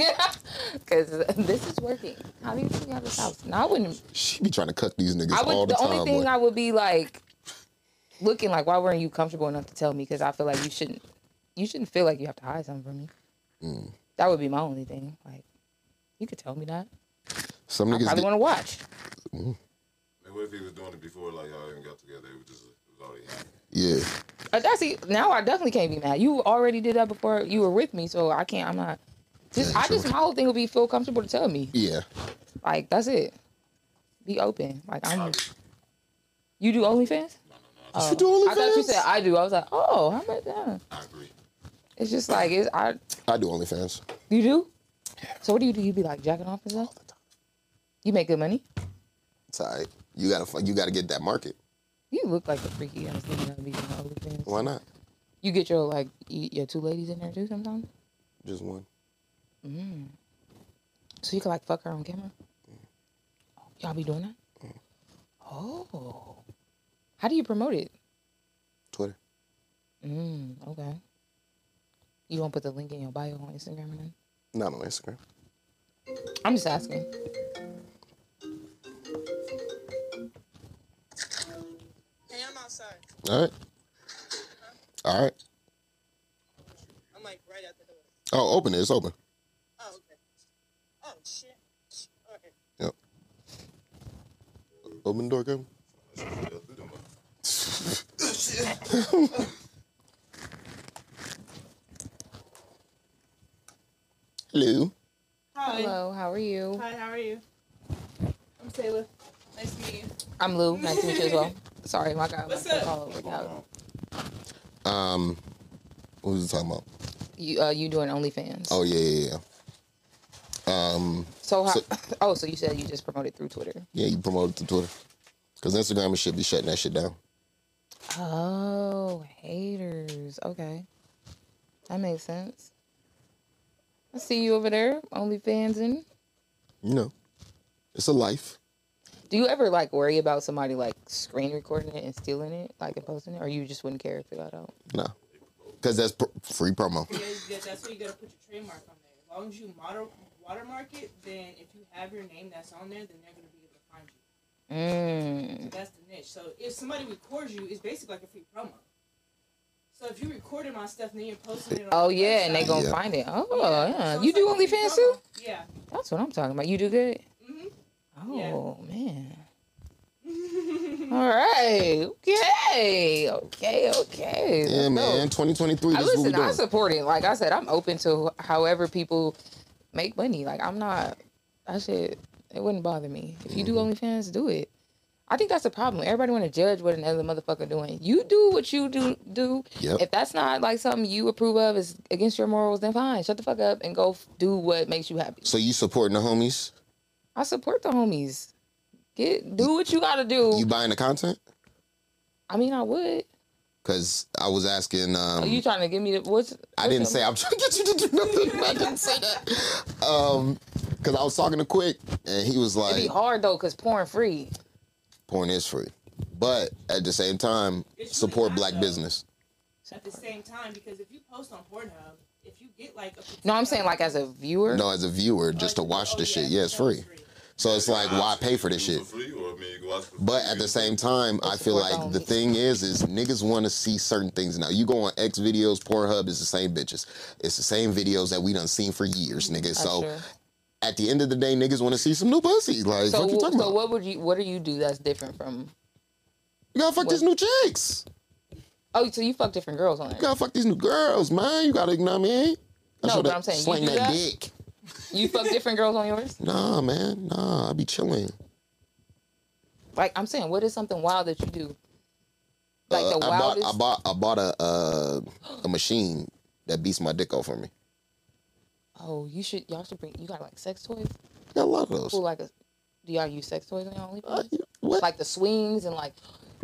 [SPEAKER 4] Because this is working. How do you think out this house? No, I wouldn't.
[SPEAKER 1] She be trying to cut these niggas
[SPEAKER 4] I would.
[SPEAKER 1] all the,
[SPEAKER 4] the
[SPEAKER 1] time.
[SPEAKER 4] only thing
[SPEAKER 1] boy.
[SPEAKER 4] I would be like looking like, why weren't you comfortable enough to tell me? Because I feel like you shouldn't. You shouldn't feel like you have to hide something from me.
[SPEAKER 1] Mm.
[SPEAKER 4] That would be my only thing. Like, you could tell me that.
[SPEAKER 1] Some
[SPEAKER 4] I
[SPEAKER 1] niggas
[SPEAKER 4] probably
[SPEAKER 1] get,
[SPEAKER 4] want to watch.
[SPEAKER 5] Like, what if he was doing it before, like y'all even got together? It was just, it was already happening.
[SPEAKER 1] yeah.
[SPEAKER 4] Uh, That's e- now. I definitely can't be mad. You already did that before you were with me, so I can't. I'm not. Just
[SPEAKER 1] Yeah,
[SPEAKER 4] I just
[SPEAKER 1] true.
[SPEAKER 4] my whole thing would be feel comfortable to tell me.
[SPEAKER 1] Yeah.
[SPEAKER 4] Like that's it. Be open. Like I'm.
[SPEAKER 5] Obviously.
[SPEAKER 4] You do OnlyFans?
[SPEAKER 1] you do OnlyFans?
[SPEAKER 4] Oh. I thought you said I do. I was like, oh, how about that?
[SPEAKER 5] I agree.
[SPEAKER 4] It's just like it's. I
[SPEAKER 1] I do OnlyFans.
[SPEAKER 4] You do? So what do you do? You be like jacking off and stuff? You make good money?
[SPEAKER 1] It's all right. You gotta fi- you gotta get that market.
[SPEAKER 4] You look like a freaky ass nigga that be doing OnlyFans.
[SPEAKER 1] Why not?
[SPEAKER 4] You get your like y- your two ladies in there too sometimes?
[SPEAKER 1] Just one.
[SPEAKER 4] Mm. So you can like fuck her on camera? Y'all be doing that? Oh. How do you promote it?
[SPEAKER 1] Twitter.
[SPEAKER 4] Mm, okay. You won't put the link in your bio on Instagram or nothing?
[SPEAKER 1] Not on Instagram.
[SPEAKER 4] I'm just asking.
[SPEAKER 2] Hey, I'm outside.
[SPEAKER 1] All right. All right.
[SPEAKER 2] I'm like right out the door.
[SPEAKER 1] Oh, open it. It's open.
[SPEAKER 2] Oh, okay. Oh, shit. All right.
[SPEAKER 1] Yep. Open the door, Kevin. Hello.
[SPEAKER 2] Hi.
[SPEAKER 4] Hello, how are you?
[SPEAKER 2] Hi, how are you? I'm Taylor. Nice to meet you.
[SPEAKER 4] I'm Lou. Nice to meet you as well. Sorry, my God.
[SPEAKER 2] What's
[SPEAKER 4] my stuff
[SPEAKER 2] up?
[SPEAKER 4] all over. Now,
[SPEAKER 1] Um, what was it talking about?
[SPEAKER 4] You uh, you doing OnlyFans?
[SPEAKER 1] Oh yeah, yeah, yeah. Um,
[SPEAKER 4] So, how,
[SPEAKER 1] So-
[SPEAKER 4] oh, so you said you just promoted through Twitter?
[SPEAKER 1] yeah, you promoted to Twitter because Instagram and shit be shutting that shit down.
[SPEAKER 4] Oh, haters. Okay, that makes sense. I see you over there, OnlyFans. And
[SPEAKER 1] You know, it's a life.
[SPEAKER 4] do you ever like worry about somebody like screen recording it and stealing it, like and posting it, or you just wouldn't care if it got out?
[SPEAKER 1] No, because that's pr- free promo.
[SPEAKER 6] Yeah, yeah, that's where you gotta put your trademark on there. As long as you moder- watermark it, then if you have your name that's on there, then they're gonna be able to find you.
[SPEAKER 4] Mm.
[SPEAKER 6] That's the niche. So if somebody records you, it's basically like a free promo. So if you recorded my stuff and then you're posting it on
[SPEAKER 4] Oh
[SPEAKER 6] your
[SPEAKER 4] yeah, and they
[SPEAKER 6] website-
[SPEAKER 4] gonna
[SPEAKER 1] Yeah.
[SPEAKER 4] find it. Oh
[SPEAKER 6] Yeah,
[SPEAKER 4] yeah,
[SPEAKER 6] so
[SPEAKER 4] you
[SPEAKER 6] it's
[SPEAKER 4] do
[SPEAKER 6] like a free
[SPEAKER 4] OnlyFans too?
[SPEAKER 6] promo. Yeah.
[SPEAKER 4] That's what I'm talking about. You do good.
[SPEAKER 6] hmm Yeah.
[SPEAKER 4] Oh man. All right. Okay. Okay. Okay.
[SPEAKER 1] Yeah,
[SPEAKER 4] Let's go.
[SPEAKER 1] man. 2023.
[SPEAKER 4] I
[SPEAKER 1] This is what we
[SPEAKER 4] listen. I
[SPEAKER 1] doing.
[SPEAKER 4] support it. Like I said, I'm open to however people make money. Like I'm not. I should. It wouldn't bother me if you do
[SPEAKER 1] Mm-hmm.
[SPEAKER 4] OnlyFans. Do it. I think that's the problem. Everybody want to judge what another motherfucker doing. You do what you do. Do
[SPEAKER 1] Yep.
[SPEAKER 4] if that's not like something you approve of is against your morals, then fine, shut the fuck up and go f- do what makes you happy.
[SPEAKER 1] So you supporting the homies?
[SPEAKER 4] I support the homies. Get do what you gotta do.
[SPEAKER 1] You buying the content?
[SPEAKER 4] I mean, I would.
[SPEAKER 1] Because I was asking. Um,
[SPEAKER 4] Are Oh, you trying to give me the what's?
[SPEAKER 1] I didn't
[SPEAKER 4] what's
[SPEAKER 1] say I'm trying to get you to do nothing. I didn't say that. Um, because I was talking to Quick, and he was
[SPEAKER 4] It'd be
[SPEAKER 1] like,
[SPEAKER 4] hard though, cause porn free.
[SPEAKER 1] "Porn is free, but at the same time,
[SPEAKER 6] It's
[SPEAKER 1] support
[SPEAKER 6] really
[SPEAKER 1] black
[SPEAKER 6] not, though.
[SPEAKER 1] business."
[SPEAKER 6] At the same time, because if you post on Pornhub, if you get like a Oh,
[SPEAKER 4] No, I'm saying like as a viewer.
[SPEAKER 1] No, as a viewer, just to
[SPEAKER 4] oh,
[SPEAKER 1] watch the shit, yeah, it's free. So it's like, why pay for this shit?
[SPEAKER 5] For free, or, I mean, you can watch for
[SPEAKER 1] But
[SPEAKER 5] free.
[SPEAKER 1] at the same time, I feel
[SPEAKER 4] support
[SPEAKER 1] like the
[SPEAKER 4] only.
[SPEAKER 1] thing is, is niggas want to see certain things now. You go on X videos, Pornhub is the same bitches. It's the same videos that we done seen for years, nigga.
[SPEAKER 4] I'm
[SPEAKER 1] So
[SPEAKER 4] sure.
[SPEAKER 1] at the end of the day, niggas want to see some new pussy. Like,
[SPEAKER 4] So,
[SPEAKER 1] what you
[SPEAKER 4] wh-
[SPEAKER 1] talking
[SPEAKER 4] so
[SPEAKER 1] about?
[SPEAKER 4] what would you? What do you do that's different from?
[SPEAKER 1] You gotta fuck
[SPEAKER 4] what-
[SPEAKER 1] these new chicks.
[SPEAKER 4] Oh, so you fuck different girls on
[SPEAKER 1] You
[SPEAKER 4] it.
[SPEAKER 1] gotta fuck these new girls, man. You gotta, you know what I mean?
[SPEAKER 4] No,
[SPEAKER 1] shoulda
[SPEAKER 4] but I'm saying, you
[SPEAKER 1] slang
[SPEAKER 4] do
[SPEAKER 1] that
[SPEAKER 4] that?
[SPEAKER 1] dick.
[SPEAKER 4] You fuck different girls on yours.
[SPEAKER 1] Nah, man. Nah, I be chilling.
[SPEAKER 4] Like I'm saying, what is something wild that you do? Like
[SPEAKER 1] Uh,
[SPEAKER 4] the
[SPEAKER 1] I bought,
[SPEAKER 4] wildest.
[SPEAKER 1] I bought, I bought a uh, a machine that beats my dick off for me.
[SPEAKER 4] oh, you should. Y'all should bring. You got like sex toys.
[SPEAKER 1] Got a lot of those.
[SPEAKER 4] Cool, like a. Do y'all use sex toys on your
[SPEAKER 1] Uh,
[SPEAKER 4] OnlyFans?
[SPEAKER 1] what?
[SPEAKER 4] Like the swings and like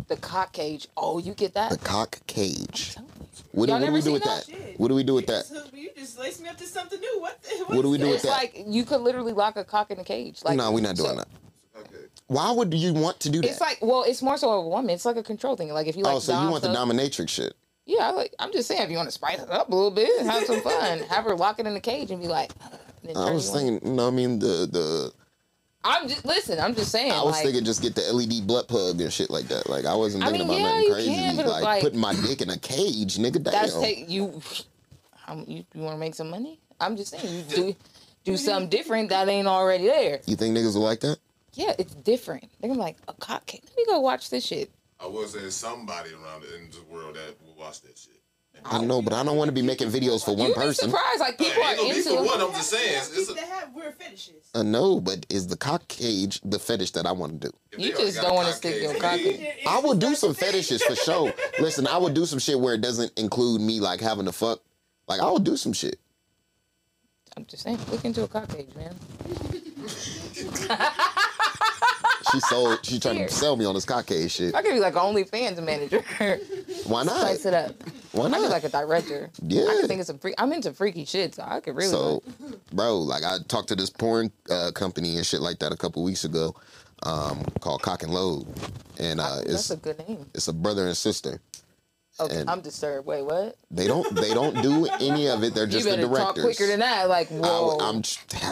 [SPEAKER 4] the cock cage. Oh, you get that?
[SPEAKER 1] the cock cage.
[SPEAKER 4] Tell me.
[SPEAKER 1] What do,
[SPEAKER 4] Y'all
[SPEAKER 1] what do
[SPEAKER 4] never
[SPEAKER 1] we do
[SPEAKER 4] seen
[SPEAKER 1] with that?
[SPEAKER 4] that
[SPEAKER 6] shit?
[SPEAKER 1] What do we do with that?
[SPEAKER 6] So you just laced me up to something new. What? The,
[SPEAKER 1] What do we do with
[SPEAKER 4] It's
[SPEAKER 1] that?
[SPEAKER 4] like you could literally lock a cock in a cage. Like
[SPEAKER 1] no, we're not doing
[SPEAKER 4] so-
[SPEAKER 1] that.
[SPEAKER 5] Okay.
[SPEAKER 1] Why would you want to do that?
[SPEAKER 4] It's like well, it's more so a woman. It's like a control thing. Like if you like,
[SPEAKER 1] oh, so you
[SPEAKER 4] dom
[SPEAKER 1] want the
[SPEAKER 4] stuff-
[SPEAKER 1] dominatrix shit?
[SPEAKER 4] Yeah, I like I'm just saying, if you want to spice it up a little bit and have some fun, have her lock it in the cage and be like. and then
[SPEAKER 1] I
[SPEAKER 4] turn
[SPEAKER 1] was
[SPEAKER 4] you on.
[SPEAKER 1] thinking. No, I mean the the.
[SPEAKER 4] I'm just listen. I'm just saying.
[SPEAKER 1] I was
[SPEAKER 4] like,
[SPEAKER 1] thinking just get the LED blood plug and shit like that. Like I wasn't
[SPEAKER 4] I
[SPEAKER 1] thinking
[SPEAKER 4] mean,
[SPEAKER 1] about
[SPEAKER 4] yeah,
[SPEAKER 1] nothing
[SPEAKER 4] you
[SPEAKER 1] crazy.
[SPEAKER 4] can, but it's
[SPEAKER 1] like,
[SPEAKER 4] like-
[SPEAKER 1] putting my dick in a cage, nigga. Damn.
[SPEAKER 4] that's take you. Um, you you want to make some money? I'm just saying you do do something different that ain't already there.
[SPEAKER 1] you think niggas will like that?
[SPEAKER 4] Yeah, it's different. They're gonna be like a cock cage. Let me go watch this shit.
[SPEAKER 5] I will say there's somebody around in the world that will watch that shit.
[SPEAKER 1] I know, but I don't want to be making videos for one
[SPEAKER 4] You'd be
[SPEAKER 1] person.
[SPEAKER 4] surprised. Like people
[SPEAKER 5] Hey, it
[SPEAKER 4] are
[SPEAKER 5] ain't gonna be for
[SPEAKER 4] into.
[SPEAKER 5] one. I'm just saying. It's, it's
[SPEAKER 6] People
[SPEAKER 5] a,
[SPEAKER 6] that have weird fetishes.
[SPEAKER 1] I know, but is the cock cage the fetish that I want to do?
[SPEAKER 5] if
[SPEAKER 4] You
[SPEAKER 5] they already
[SPEAKER 4] just
[SPEAKER 5] got
[SPEAKER 4] don't
[SPEAKER 5] a
[SPEAKER 4] wanna
[SPEAKER 5] cock
[SPEAKER 4] stick
[SPEAKER 5] cage,
[SPEAKER 4] your
[SPEAKER 5] they-
[SPEAKER 4] cock in.
[SPEAKER 1] I will do some fetishes for sure. Listen, I will do some shit where it doesn't include me like having to fuck. Like I will do some shit.
[SPEAKER 4] I'm just saying, look into a cock cage, man.
[SPEAKER 1] She sold. She trying
[SPEAKER 4] Here.
[SPEAKER 1] to sell me on this cockade shit.
[SPEAKER 4] I could be like an OnlyFans manager.
[SPEAKER 1] Why not?
[SPEAKER 4] Spice it up.
[SPEAKER 1] Why
[SPEAKER 4] I
[SPEAKER 1] not?
[SPEAKER 4] could like a director.
[SPEAKER 1] Yeah.
[SPEAKER 4] I could think of some freak. I'm into freaky shit, so I could really.
[SPEAKER 1] so, bro, like I talked to this porn uh, company and shit like that a couple weeks ago, um, called Cock and Load, and uh,
[SPEAKER 4] that's
[SPEAKER 1] it's
[SPEAKER 4] a good name.
[SPEAKER 1] it's a brother and sister.
[SPEAKER 4] Okay,
[SPEAKER 1] and-
[SPEAKER 4] I'm disturbed. Wait, what?
[SPEAKER 1] They don't they don't do any of it. They're just
[SPEAKER 4] you
[SPEAKER 1] the
[SPEAKER 4] better
[SPEAKER 1] directors.
[SPEAKER 4] talk quicker than that. Like, whoa.
[SPEAKER 1] I, am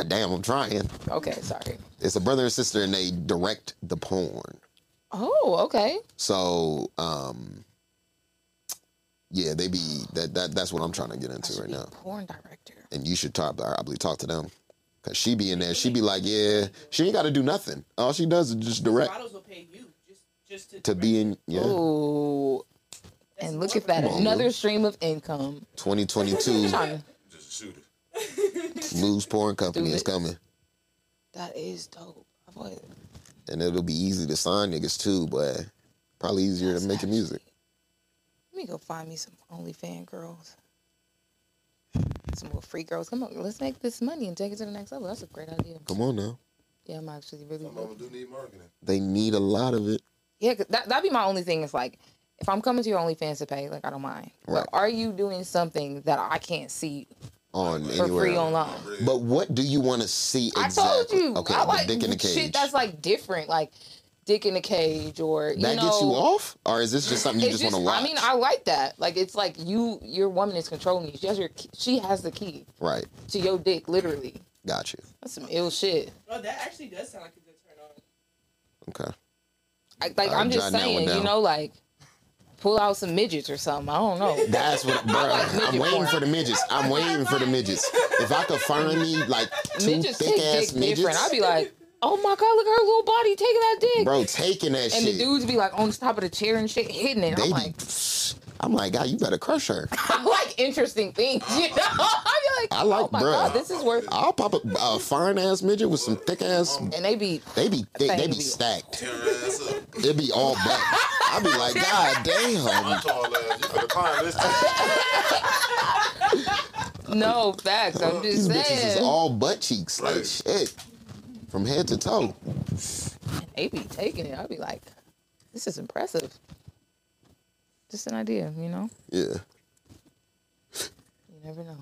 [SPEAKER 1] damn. I'm trying.
[SPEAKER 4] okay, sorry.
[SPEAKER 1] It's a brother and sister, and they direct the porn.
[SPEAKER 4] Oh, okay.
[SPEAKER 1] So, um, yeah, they be that, that that's what I'm trying to get into right now.
[SPEAKER 4] Porn director.
[SPEAKER 1] and you should talk probably talk to them because she be in there she be like yeah she ain't got to do nothing all she does is just direct
[SPEAKER 6] Models will pay you just just to,
[SPEAKER 1] to be in yeah
[SPEAKER 4] Ooh. And look at that.
[SPEAKER 1] Come on,
[SPEAKER 4] Another
[SPEAKER 1] bro.
[SPEAKER 4] stream of income.
[SPEAKER 1] 2022
[SPEAKER 5] Just a shooter.
[SPEAKER 1] blues porn company
[SPEAKER 4] Do
[SPEAKER 1] is
[SPEAKER 4] it.
[SPEAKER 1] coming
[SPEAKER 4] That is dope. I've always-
[SPEAKER 1] and it'll be easy to sign niggas too but probably easier to make music
[SPEAKER 4] Let me go find me some OnlyFans girls. Some little free girls. Come on, let's make this money and take it to the next level. That's a great idea.
[SPEAKER 1] come on now
[SPEAKER 4] Yeah, I'm actually really.
[SPEAKER 5] Some of them do need marketing.
[SPEAKER 1] they need a lot of it
[SPEAKER 4] Yeah, 'cause that that'd be my only thing. Is like, if I'm coming to your OnlyFans to pay, like I don't mind.
[SPEAKER 1] Right.
[SPEAKER 4] But are you doing something that I can't see
[SPEAKER 1] on
[SPEAKER 4] for free
[SPEAKER 1] anywhere
[SPEAKER 4] online?
[SPEAKER 1] but what do you want to see exactly
[SPEAKER 4] I told you,
[SPEAKER 1] okay
[SPEAKER 4] I
[SPEAKER 1] the
[SPEAKER 4] like
[SPEAKER 1] dick in the cage
[SPEAKER 4] shit that's like different, like dick in the cage or you
[SPEAKER 1] that
[SPEAKER 4] know.
[SPEAKER 1] gets you off or is this just something you
[SPEAKER 4] it's
[SPEAKER 1] just, want to watch
[SPEAKER 4] I mean, I like that. Like it's like you, your woman is controlling you. She has your, key- she has the key
[SPEAKER 1] right
[SPEAKER 4] to your dick, literally.
[SPEAKER 1] got you
[SPEAKER 4] That's some ill shit.
[SPEAKER 6] Oh, that actually does sound like a good turn on.
[SPEAKER 1] okay
[SPEAKER 4] I, like
[SPEAKER 1] All right,
[SPEAKER 4] I'm
[SPEAKER 1] jot
[SPEAKER 4] just
[SPEAKER 1] that one
[SPEAKER 4] saying, you
[SPEAKER 1] down.
[SPEAKER 4] know, like pull out some midgets or something. I don't know.
[SPEAKER 1] That's what, bro. I'm
[SPEAKER 4] midget
[SPEAKER 1] waiting
[SPEAKER 4] porn.
[SPEAKER 1] for the midgets. I'm waiting for the midgets. If I could find me like two
[SPEAKER 4] midgets
[SPEAKER 1] thick
[SPEAKER 4] take
[SPEAKER 1] ass
[SPEAKER 4] dick different.
[SPEAKER 1] midgets,
[SPEAKER 4] I'd be like, oh my god, look at her little body taking that dick.
[SPEAKER 1] bro, taking that
[SPEAKER 4] and
[SPEAKER 1] shit.
[SPEAKER 4] the dudes be like on top of the chair and shit, hitting it.
[SPEAKER 1] they
[SPEAKER 4] I'm
[SPEAKER 1] be,
[SPEAKER 4] like,
[SPEAKER 1] I'm like, God, you better crush her.
[SPEAKER 4] I like interesting things, you know. I be like,
[SPEAKER 1] I like,
[SPEAKER 4] oh my
[SPEAKER 1] bro.
[SPEAKER 4] god, this is worth.
[SPEAKER 1] I'll pop a, a fine ass midget with some thick ass.
[SPEAKER 4] And they be
[SPEAKER 1] They be thick. They be
[SPEAKER 4] Thank you.
[SPEAKER 1] stacked.
[SPEAKER 5] Tear her ass up.
[SPEAKER 1] It be all black. I be like, God damn.
[SPEAKER 5] I'm tall ass. You better climb this.
[SPEAKER 4] no facts. I'm
[SPEAKER 1] These
[SPEAKER 4] just
[SPEAKER 1] bitches is
[SPEAKER 4] saying,
[SPEAKER 1] all butt cheeks. Like
[SPEAKER 5] Right.
[SPEAKER 1] shit. From head to toe.
[SPEAKER 4] they be taking it. I be like, this is impressive. just an idea, you know?
[SPEAKER 1] Yeah.
[SPEAKER 4] You never know.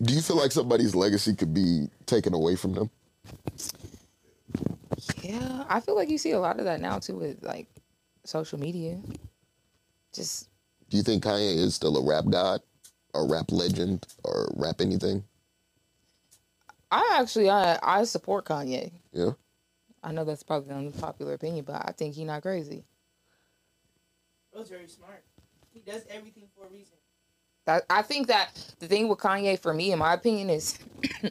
[SPEAKER 1] Do you feel like somebody's legacy could be taken away from them?
[SPEAKER 4] Yeah, I feel like you see a lot of that now too with like social media. Just
[SPEAKER 1] Do you think Kanye is still a rap god, a rap legend, or rap anything?
[SPEAKER 4] I actually I I support Kanye.
[SPEAKER 1] Yeah.
[SPEAKER 4] I know that's probably an unpopular opinion, but I think he's not crazy.
[SPEAKER 6] That was very smart. He does everything for a reason.
[SPEAKER 4] That, I think that the thing with Kanye, for me, in my opinion, is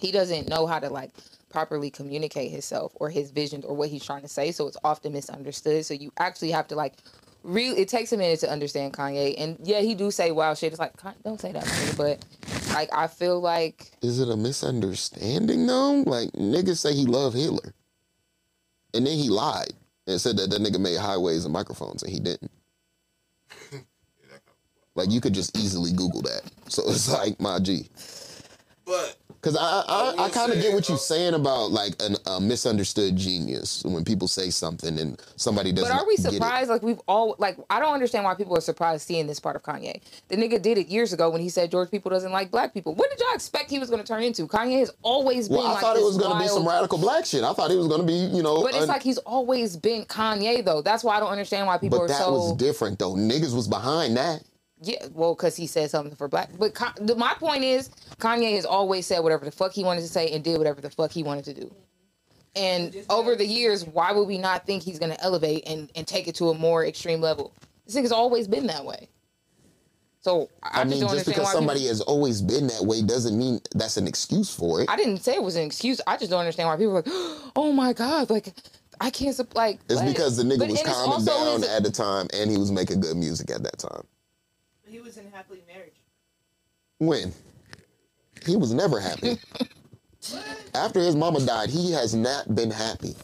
[SPEAKER 4] he doesn't know how to like properly communicate himself or his vision or what he's trying to say. So it's often misunderstood. So you actually have to like really. It takes a minute to understand Kanye. And yeah, he do say wild shit. It's like "Con- don't say that, Kanye," but like I feel like
[SPEAKER 1] Is it a misunderstanding though? Like niggas say he loved Hitler, and then he lied and said that that nigga made highways and microphones, and he didn't. Like you could just easily Google that. So it's like my G.
[SPEAKER 5] But
[SPEAKER 1] Cause I I, I,
[SPEAKER 5] I will
[SPEAKER 1] kind of get
[SPEAKER 5] say,
[SPEAKER 1] what you're
[SPEAKER 5] uh,
[SPEAKER 1] saying about like an, a misunderstood genius when people say something and somebody doesn't.
[SPEAKER 4] But are we
[SPEAKER 1] get it.
[SPEAKER 4] surprised? Like we've all like I don't understand why people are surprised seeing this part of Kanye. The nigga did it years ago when he said George people doesn't like black people. What did y'all expect he was going to turn into? Kanye has always been.
[SPEAKER 1] Well, I
[SPEAKER 4] like
[SPEAKER 1] thought it
[SPEAKER 4] this
[SPEAKER 1] was gonna be
[SPEAKER 4] wild-
[SPEAKER 1] some radical black shit. I thought it was gonna be you know.
[SPEAKER 4] But it's
[SPEAKER 1] un-
[SPEAKER 4] like he's always been Kanye though. That's why I don't understand why people
[SPEAKER 1] but
[SPEAKER 4] are
[SPEAKER 1] that
[SPEAKER 4] so
[SPEAKER 1] was different though. Niggas was behind that.
[SPEAKER 4] yeah. Well, because he said something for black. But Ka- the, my point is Kanye has always said whatever the fuck he wanted to say and did whatever the fuck he wanted to do. And over the years, why would we not think he's going to elevate and, and take it to a more extreme level? This nigga's always been that way. So I,
[SPEAKER 1] I mean,
[SPEAKER 4] just don't
[SPEAKER 1] just
[SPEAKER 4] understand
[SPEAKER 1] because
[SPEAKER 4] why
[SPEAKER 1] somebody
[SPEAKER 4] people,
[SPEAKER 1] has always been that way doesn't mean that's an excuse for it.
[SPEAKER 4] I didn't say it was an excuse. I just don't understand why people are like, oh my god, like I can't sup- like.
[SPEAKER 1] It's
[SPEAKER 4] what?"
[SPEAKER 1] because the nigga
[SPEAKER 4] But-
[SPEAKER 1] was
[SPEAKER 4] and it's
[SPEAKER 1] calming
[SPEAKER 4] also
[SPEAKER 1] down
[SPEAKER 4] his-
[SPEAKER 1] at the time and he was making good music at that time.
[SPEAKER 6] But he was in a happily marriage.
[SPEAKER 1] When? He was never happy. After his mama died, he has not been happy.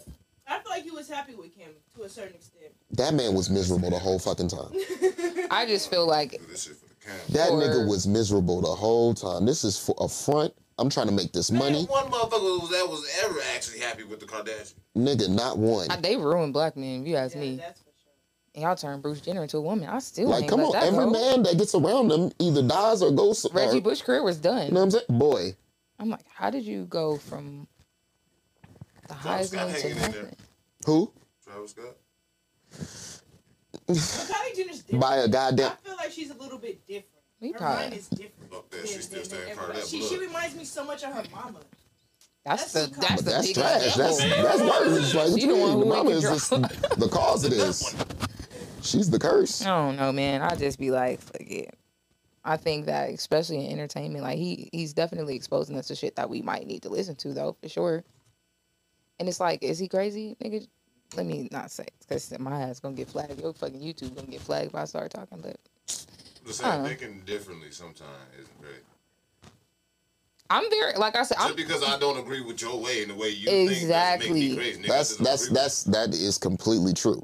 [SPEAKER 6] I feel like he was happy with Kim to a certain extent.
[SPEAKER 1] That man was miserable the whole fucking time.
[SPEAKER 4] I just feel like
[SPEAKER 5] do this shit for the camera.
[SPEAKER 1] That
[SPEAKER 4] Or-
[SPEAKER 1] nigga was miserable the whole time. This is for a front. I'm trying to make this
[SPEAKER 5] Ain't
[SPEAKER 1] money.
[SPEAKER 5] One motherfucker was- that was ever actually happy with the Kardashians.
[SPEAKER 1] Nigga, not one.
[SPEAKER 4] I- they ruined black men. If you ask
[SPEAKER 6] Yeah,
[SPEAKER 4] me,
[SPEAKER 6] that's for sure.
[SPEAKER 4] and y'all turned Bruce Jenner into a woman. I still
[SPEAKER 1] Like,
[SPEAKER 4] ain't
[SPEAKER 1] come
[SPEAKER 4] let
[SPEAKER 1] on.
[SPEAKER 4] that
[SPEAKER 1] Every
[SPEAKER 4] go.
[SPEAKER 1] man that gets around him either dies or goes. or-
[SPEAKER 4] Reggie Bush career was done.
[SPEAKER 1] You know what I'm saying? Boy,
[SPEAKER 4] I'm like, how did you go from the highest
[SPEAKER 5] Scott
[SPEAKER 4] man to
[SPEAKER 5] hanging in there.
[SPEAKER 4] nothing?
[SPEAKER 1] who?
[SPEAKER 5] Travis Scott.
[SPEAKER 6] But Kylie Jenner's different.
[SPEAKER 1] By a goddamn.
[SPEAKER 6] I feel like she's a little bit different.
[SPEAKER 4] We
[SPEAKER 6] her
[SPEAKER 4] probably-
[SPEAKER 6] mind is different.
[SPEAKER 5] Fuck that,
[SPEAKER 6] than-
[SPEAKER 5] she still
[SPEAKER 6] than- than
[SPEAKER 5] staying part of
[SPEAKER 6] everybody.
[SPEAKER 5] that
[SPEAKER 6] She,
[SPEAKER 5] blood.
[SPEAKER 6] she reminds me so much of her mama.
[SPEAKER 4] That's,
[SPEAKER 6] That's
[SPEAKER 4] the
[SPEAKER 6] the
[SPEAKER 4] that's
[SPEAKER 1] But
[SPEAKER 4] the
[SPEAKER 1] that's
[SPEAKER 4] big
[SPEAKER 1] trash. That's that's worse. Like what
[SPEAKER 4] She
[SPEAKER 1] you
[SPEAKER 4] the one
[SPEAKER 1] mean?
[SPEAKER 4] who
[SPEAKER 1] The
[SPEAKER 4] we
[SPEAKER 1] mama
[SPEAKER 4] can
[SPEAKER 1] is
[SPEAKER 4] draw.
[SPEAKER 1] just the cause of this. She's the curse.
[SPEAKER 4] I don't know, man. I just be like, fuck it. I think that especially in entertainment, like he he's definitely exposing us to shit that we might need to listen to though, for sure. And it's like, is he crazy, nigga? Let me not say because my ass gonna get flagged. Your fucking YouTube gonna get flagged if I start talking. But
[SPEAKER 5] Just
[SPEAKER 4] Huh.
[SPEAKER 5] saying, thinking differently sometimes isn't great.
[SPEAKER 4] I'm very like I said, I'm
[SPEAKER 5] Just because I don't agree with your way and the way you think doesn't make
[SPEAKER 4] Exactly.
[SPEAKER 5] me crazy. Nigga,
[SPEAKER 1] That's that's that's that is completely true.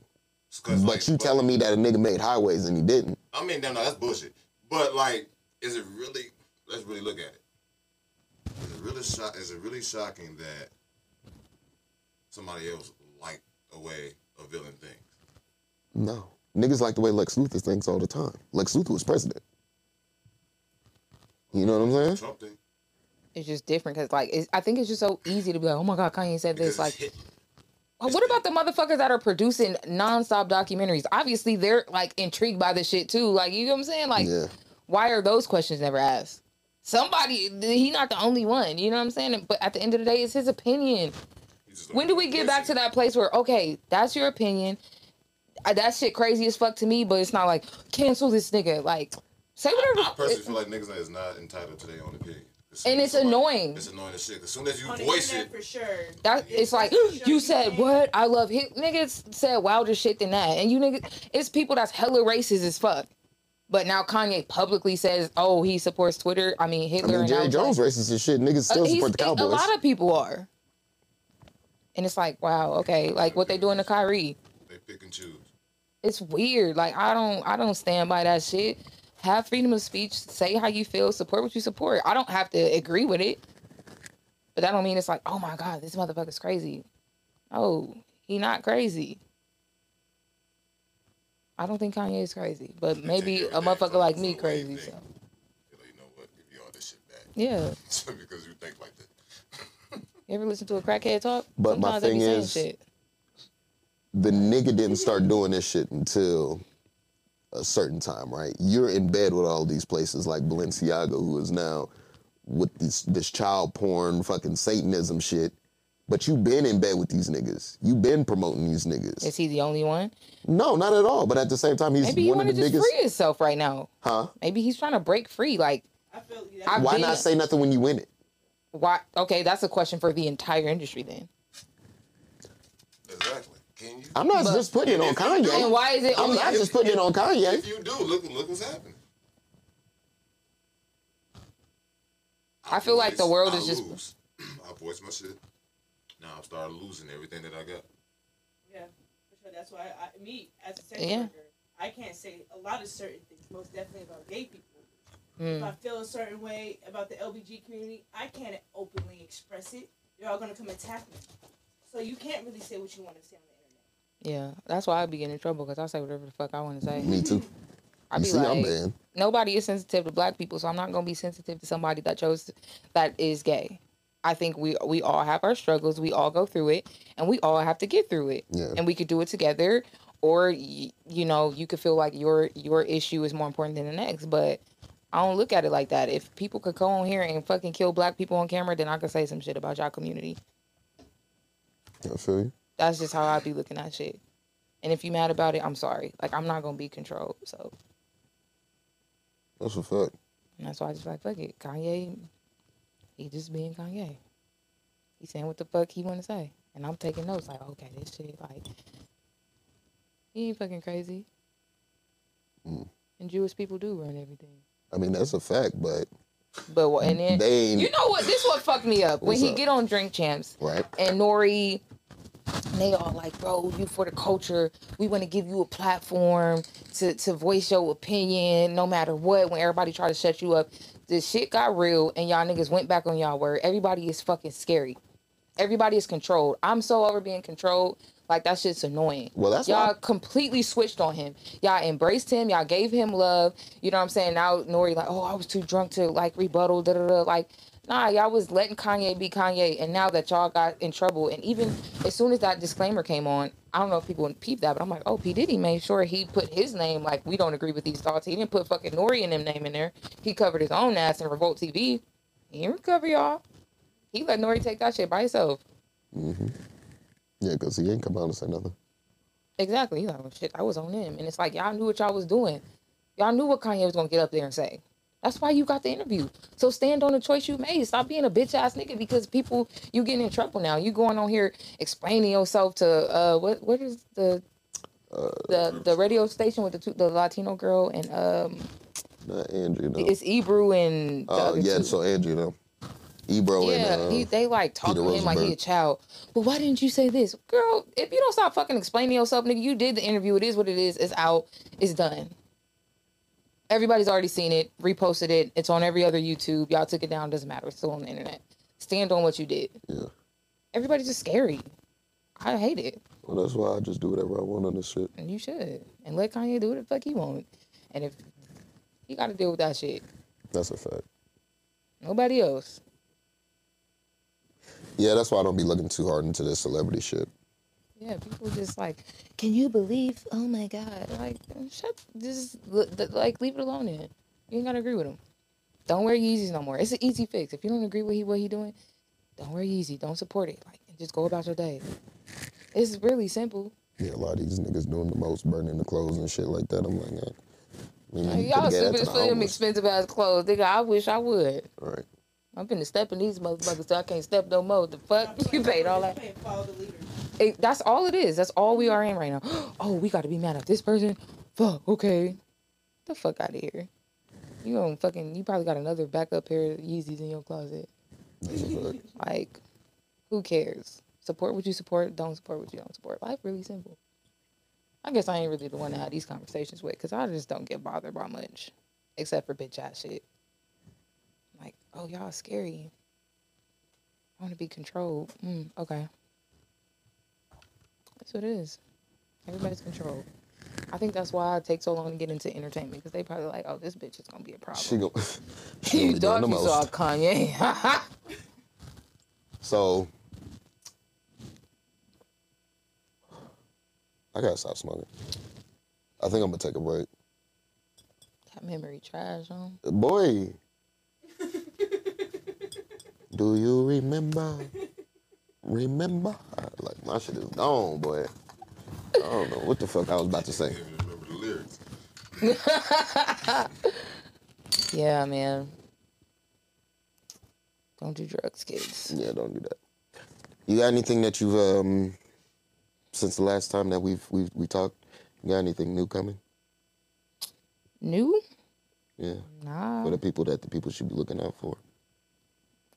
[SPEAKER 1] But you
[SPEAKER 5] telling me.
[SPEAKER 1] telling me that a nigga made highways and he didn't?
[SPEAKER 5] I mean, no, no, that's bullshit. But like, is it really? Let's really look at it. Is it really shock? Is it really shocking that somebody else liked a way of villain things?
[SPEAKER 1] No. Niggas like the way Lex Luthor thinks all the time. Lex Luthor was president. You know what I'm saying?
[SPEAKER 5] Trump thing.
[SPEAKER 4] it's just different because like it's, I think it's just so easy to be like, oh my god, Kanye said
[SPEAKER 5] Because
[SPEAKER 4] this.
[SPEAKER 5] it's
[SPEAKER 4] Like,
[SPEAKER 5] hit-
[SPEAKER 4] well, what about the motherfuckers that are producing nonstop documentaries? Obviously, they're like intrigued by this shit too. Like, you know what I'm saying? Like,
[SPEAKER 1] Yeah.
[SPEAKER 4] why are those questions never asked? Somebody, he not the only one. You know what I'm saying? But at the end of the day, it's his opinion.
[SPEAKER 5] he's just a-
[SPEAKER 4] When do we get back to
[SPEAKER 5] listen,
[SPEAKER 4] that place where okay, that's your opinion, Uh, that shit crazy as fuck to me, but it's not like cancel this nigga. Like, say
[SPEAKER 5] I
[SPEAKER 4] whatever.
[SPEAKER 5] personally feel like niggas is not entitled to their own opinion. As soon
[SPEAKER 4] And
[SPEAKER 5] as
[SPEAKER 4] it's annoying.
[SPEAKER 5] It's annoying as shit. As soon as you
[SPEAKER 6] On the
[SPEAKER 5] voice
[SPEAKER 6] internet
[SPEAKER 5] it,
[SPEAKER 6] for sure.
[SPEAKER 4] That it's like you said what I love hip niggas said wilder shit than that, and you niggas it's people that's hella racist as fuck. But now Kanye publicly says, "Oh, he supports Twitter." I mean
[SPEAKER 1] I
[SPEAKER 4] Hitler.
[SPEAKER 1] mean,
[SPEAKER 4] and
[SPEAKER 1] Jerry
[SPEAKER 4] all
[SPEAKER 1] Jones
[SPEAKER 4] that.
[SPEAKER 1] racist and shit. Niggas
[SPEAKER 4] Uh,
[SPEAKER 1] still
[SPEAKER 4] he's-
[SPEAKER 1] support the
[SPEAKER 4] A
[SPEAKER 1] Cowboys.
[SPEAKER 4] lot of people are, and it's like, wow, okay, like what they doing to Kyrie?
[SPEAKER 5] they pick and choose.
[SPEAKER 4] It's weird. Like I don't, I don't stand by that shit. Have freedom of speech. Say how you feel. Support what you support. I don't have to agree with it, but that don't mean it's like, oh my god, this motherfucker's crazy. Oh, he not crazy. I don't think Kanye is crazy, but maybe
[SPEAKER 5] take
[SPEAKER 4] a
[SPEAKER 5] everything
[SPEAKER 4] motherfucker
[SPEAKER 5] from-
[SPEAKER 4] like
[SPEAKER 5] from
[SPEAKER 4] me
[SPEAKER 5] the way you
[SPEAKER 4] crazy.
[SPEAKER 5] think.
[SPEAKER 4] So
[SPEAKER 5] You know, you know what? Give you all this shit back.
[SPEAKER 4] yeah,
[SPEAKER 5] because you think like that.
[SPEAKER 4] you ever listen to a crackhead talk?
[SPEAKER 1] But my
[SPEAKER 4] Sometimes they be
[SPEAKER 1] thing
[SPEAKER 4] saying
[SPEAKER 1] is-
[SPEAKER 4] shit.
[SPEAKER 1] the nigga didn't start doing this shit until a certain time, right? You're in bed with all these places like Balenciaga, who is now with this this child porn fucking Satanism shit. But you been in bed with these niggas. you been promoting these niggas.
[SPEAKER 4] Is he the only one?
[SPEAKER 1] no, not at all. But at the same time, he's
[SPEAKER 4] Maybe he
[SPEAKER 1] one
[SPEAKER 4] want
[SPEAKER 1] of
[SPEAKER 4] to
[SPEAKER 1] the
[SPEAKER 4] just
[SPEAKER 1] biggest.
[SPEAKER 4] free himself right now.
[SPEAKER 1] Huh?
[SPEAKER 4] Maybe he's trying to break free. Like
[SPEAKER 6] I feel yeah,
[SPEAKER 4] I-
[SPEAKER 6] I,
[SPEAKER 1] Why
[SPEAKER 4] been-
[SPEAKER 1] not say nothing when you win it?
[SPEAKER 4] why? Okay, that's a question for the entire industry then.
[SPEAKER 5] exactly. Can you?
[SPEAKER 1] I'm not
[SPEAKER 4] But-
[SPEAKER 1] just putting it on
[SPEAKER 4] And
[SPEAKER 1] Kanye.
[SPEAKER 4] why is it
[SPEAKER 1] I'm
[SPEAKER 4] only?
[SPEAKER 1] not just putting it on
[SPEAKER 5] if
[SPEAKER 1] Kanye.
[SPEAKER 5] you do, look look what's happening.
[SPEAKER 4] I feel like the
[SPEAKER 5] voice-
[SPEAKER 4] world
[SPEAKER 5] I
[SPEAKER 4] is just-
[SPEAKER 5] lose. I voice my shit. Now I'm starting losing everything that I got.
[SPEAKER 6] yeah, for sure. That's why I, me as a sex
[SPEAKER 4] Yeah.
[SPEAKER 6] worker, I can't say a lot of certain things. Most definitely about gay people.
[SPEAKER 4] Mm.
[SPEAKER 6] If I feel a certain way about the LBG community, I can't openly express it. They're all gonna come attack me. So you can't really say what you want to say on the
[SPEAKER 4] Yeah,
[SPEAKER 6] internet.
[SPEAKER 4] that's why I be getting in trouble because I say whatever the fuck I want to say.
[SPEAKER 1] Me too.
[SPEAKER 4] I
[SPEAKER 1] You
[SPEAKER 4] be
[SPEAKER 1] see,
[SPEAKER 4] like,
[SPEAKER 1] I'm banned.
[SPEAKER 4] nobody is sensitive to black people, so I'm not gonna be sensitive to somebody that chose that is gay. I think we we all have our struggles. We all go through it, and we all have to get through it.
[SPEAKER 1] Yeah.
[SPEAKER 4] And we could do it together, or y- you know, you could feel like your your issue is more important than the next. But I don't look at it like that. If people could go on here and fucking kill black people on camera, then I could say some shit about y'all community.
[SPEAKER 1] I feel you.
[SPEAKER 4] That's just how I be looking at shit. And if you mad about it, I'm sorry. Like I'm not gonna be controlled. So
[SPEAKER 1] That's a fact.
[SPEAKER 4] And that's why I just like fuck it. Kanye, he just being Kanye. He saying what the fuck he want to say, and I'm taking notes. Like, okay, this shit, like, he ain't fucking crazy.
[SPEAKER 1] Mm.
[SPEAKER 4] And Jewish people do run everything.
[SPEAKER 1] I mean, that's a fact, but
[SPEAKER 4] But what? And then
[SPEAKER 1] They ain't-
[SPEAKER 4] you know what? This what fucked me up when
[SPEAKER 1] What's
[SPEAKER 4] he
[SPEAKER 1] up?
[SPEAKER 4] get on Drink Champs
[SPEAKER 1] right?
[SPEAKER 4] and Nori. And they all like, bro, you for the culture. We want to give you a platform to, to voice your opinion no matter what. When everybody try to shut you up, the shit got real and y'all niggas went back on y'all word. Everybody is fucking scary. Everybody is controlled. I'm so over being controlled. Like that shit's annoying.
[SPEAKER 1] Well, that's
[SPEAKER 4] y'all
[SPEAKER 1] why-
[SPEAKER 4] completely switched on him. Y'all embraced him. Y'all gave him love. You know what I'm saying? Now Nori like, oh, I was too drunk to like rebuttal. Da da da. Like, nah, y'all was letting Kanye be Kanye, and now that y'all got in trouble, and even as soon as that disclaimer came on, I don't know if people peep that, but I'm like, oh, P Diddy made sure he put his name. Like, we don't agree with these thoughts. He didn't put fucking Nori and them name in there. He covered his own ass in Revolt TV. He didn't recover y'all. He let Nori take that shit by himself.
[SPEAKER 1] Yeah, because he ain't come out and said nothing.
[SPEAKER 4] Exactly. He's like, well, shit, I was on him. And it's like, y'all knew what y'all was doing. Y'all knew what Kanye was going to get up there and say. That's why you got the interview. So stand on the choice you made. Stop being a bitch ass nigga because people, you getting in trouble now. You going on here explaining yourself to, uh, what, what is the,
[SPEAKER 1] Uh,
[SPEAKER 4] the, the radio station with the two, the Latino girl and, um,
[SPEAKER 1] Not Andrew, no.
[SPEAKER 4] it's Ebru and the
[SPEAKER 1] Oh
[SPEAKER 4] other
[SPEAKER 1] yeah,
[SPEAKER 4] two.
[SPEAKER 1] so Andrew though. Ebro
[SPEAKER 4] Yeah,
[SPEAKER 1] and uh,
[SPEAKER 4] he, they like talking to him like he a
[SPEAKER 1] Rosenberg.
[SPEAKER 4] child. But why didn't you say this, girl? If you don't stop fucking explaining yourself, nigga, you did the interview. It is what it is. It's out. It's done. Everybody's already seen it, reposted it. It's on every other YouTube. Y'all took it down. Doesn't matter. It's still on the internet. Stand on what you did.
[SPEAKER 1] Yeah.
[SPEAKER 4] Everybody's just scary. I hate it.
[SPEAKER 1] Well, that's why I just do whatever I want on this shit.
[SPEAKER 4] And you should. And let Kanye do what the fuck he want. And if he got to deal with that shit,
[SPEAKER 1] That's a fact.
[SPEAKER 4] nobody else.
[SPEAKER 1] Yeah, that's why I don't be looking too hard into this celebrity shit.
[SPEAKER 4] Yeah, people just like, can you believe? Oh my god! Like, shut, just l- th- like leave it alone. Then you ain't gotta agree with him. Don't wear Yeezys no more. It's an easy fix. If you don't agree with he, what he doing, don't wear Yeezy. Don't support it. Like, and just go about your day. It's really simple.
[SPEAKER 1] Yeah, a lot of these niggas doing the most, burning the clothes and shit like that. I'm like, eh. I mean,
[SPEAKER 4] Like,
[SPEAKER 1] you
[SPEAKER 4] y'all
[SPEAKER 1] coulda gave that
[SPEAKER 4] stupid
[SPEAKER 1] to the
[SPEAKER 4] for them
[SPEAKER 1] homeless.
[SPEAKER 4] expensive ass clothes, nigga. I wish I would.
[SPEAKER 1] Right.
[SPEAKER 4] I'm finna step in these motherfuckers till I can't step no more. The fuck you paid all that.
[SPEAKER 6] Playing follow the leader.
[SPEAKER 4] It, that's all it is. That's all we are in right now. oh, we got to be mad at this person. Fuck. Okay. The fuck out of here. You don't fucking. You probably got another backup pair of Yeezys in your closet.
[SPEAKER 1] That's a fact.
[SPEAKER 4] Like, who cares? Support what you support. Don't support what you don't support. Life really simple. I guess I ain't really the one to have these conversations with because I just don't get bothered by much, except for bitch ass shit. Like, oh y'all scary. I want to be controlled. Mm, okay. That's what it is. Everybody's controlled. I think that's why I take so long to get into entertainment because they probably like, oh, this bitch is gonna be a problem.
[SPEAKER 1] She go. she
[SPEAKER 4] you
[SPEAKER 1] only doing
[SPEAKER 4] thought
[SPEAKER 1] the
[SPEAKER 4] you
[SPEAKER 1] most.
[SPEAKER 4] saw Kanye?
[SPEAKER 1] So I gotta stop smoking. I think I'm gonna take a break.
[SPEAKER 4] that memory trash, huh?
[SPEAKER 1] Boy, do you remember? Remember? Like my shit is gone, boy. I don't know what the fuck I was about to say.
[SPEAKER 5] Can't even remember the lyrics.
[SPEAKER 4] Yeah, man. Don't do drugs, kids.
[SPEAKER 1] Yeah, don't do that. You got anything that you've um since the last time that we've we've we talked? You got anything new coming?
[SPEAKER 4] New?
[SPEAKER 1] Yeah.
[SPEAKER 4] Nah.
[SPEAKER 1] For the people that the people should be looking out for.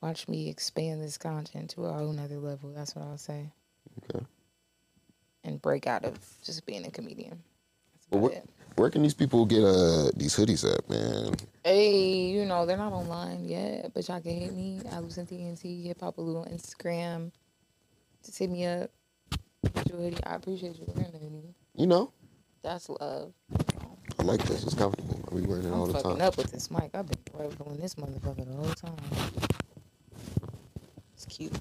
[SPEAKER 4] Watch me expand this content to a whole nother level. That's what I'll say.
[SPEAKER 1] Okay.
[SPEAKER 4] And break out of just being a comedian. That's
[SPEAKER 1] Well,
[SPEAKER 4] about
[SPEAKER 1] where,
[SPEAKER 4] it.
[SPEAKER 1] where can these people get uh these hoodies at, man?
[SPEAKER 4] Hey, you know, they're not online yet, but y'all can hit me at LucentNT, Hip Hop Lou on Instagram. Just hit me up. Get your hoodie. I appreciate you wearing the hoodie.
[SPEAKER 1] You know,
[SPEAKER 4] That's love.
[SPEAKER 1] I like this. It's comfortable. I be wearing it all
[SPEAKER 4] I'm
[SPEAKER 1] the
[SPEAKER 4] fucking
[SPEAKER 1] time.
[SPEAKER 4] up with this mic. I've been rubbing this motherfucker the whole time. It's cute.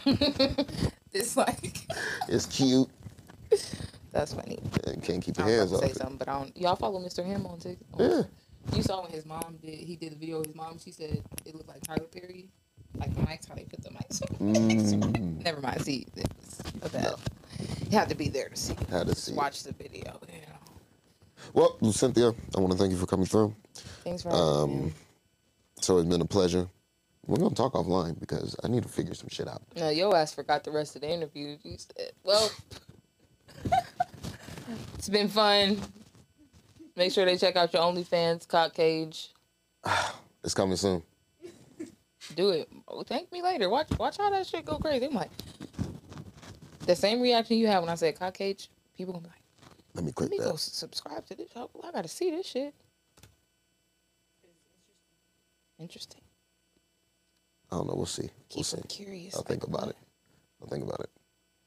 [SPEAKER 4] this like
[SPEAKER 1] It's cute.
[SPEAKER 4] that's funny.
[SPEAKER 1] And can't keep
[SPEAKER 4] I
[SPEAKER 1] your hands
[SPEAKER 4] was about
[SPEAKER 1] off
[SPEAKER 4] to say
[SPEAKER 1] it.
[SPEAKER 4] something, but I don't. Y'all follow Mr. Him on TikTok?
[SPEAKER 1] Yeah.
[SPEAKER 4] You saw when his mom did. He did a video. of His mom. She said it looked like Tyler Perry. Like the mics, how they put the mics. on.
[SPEAKER 1] Mm,
[SPEAKER 4] Never mind. See, it was a bad. You have to be there to see. it.
[SPEAKER 1] had to
[SPEAKER 4] Just
[SPEAKER 1] see. it.
[SPEAKER 4] Watch the video. You know.
[SPEAKER 1] Well, Cynthia, I want to thank you for coming through.
[SPEAKER 4] Thanks for having me.
[SPEAKER 1] Um, so it's been a pleasure. We're gonna talk offline because I need to figure some shit out.
[SPEAKER 4] No, yo ass forgot the rest of the interview. You said, well, it's been fun. Make sure they check out your OnlyFans, Cock Cage.
[SPEAKER 1] It's coming soon.
[SPEAKER 4] Do it. Oh, thank me later. Watch, watch all that shit go crazy. I'm like, the same reaction you had when I said Cock Cage. People gonna be like,
[SPEAKER 1] Let me
[SPEAKER 4] let
[SPEAKER 1] click
[SPEAKER 4] me go
[SPEAKER 1] that.
[SPEAKER 4] s- subscribe to this. Oh, I gotta see this shit. Interesting.
[SPEAKER 1] I don't know. We'll see. We'll
[SPEAKER 4] Keep
[SPEAKER 1] see.
[SPEAKER 4] them curious.
[SPEAKER 1] I'll think about it. I'll think about it.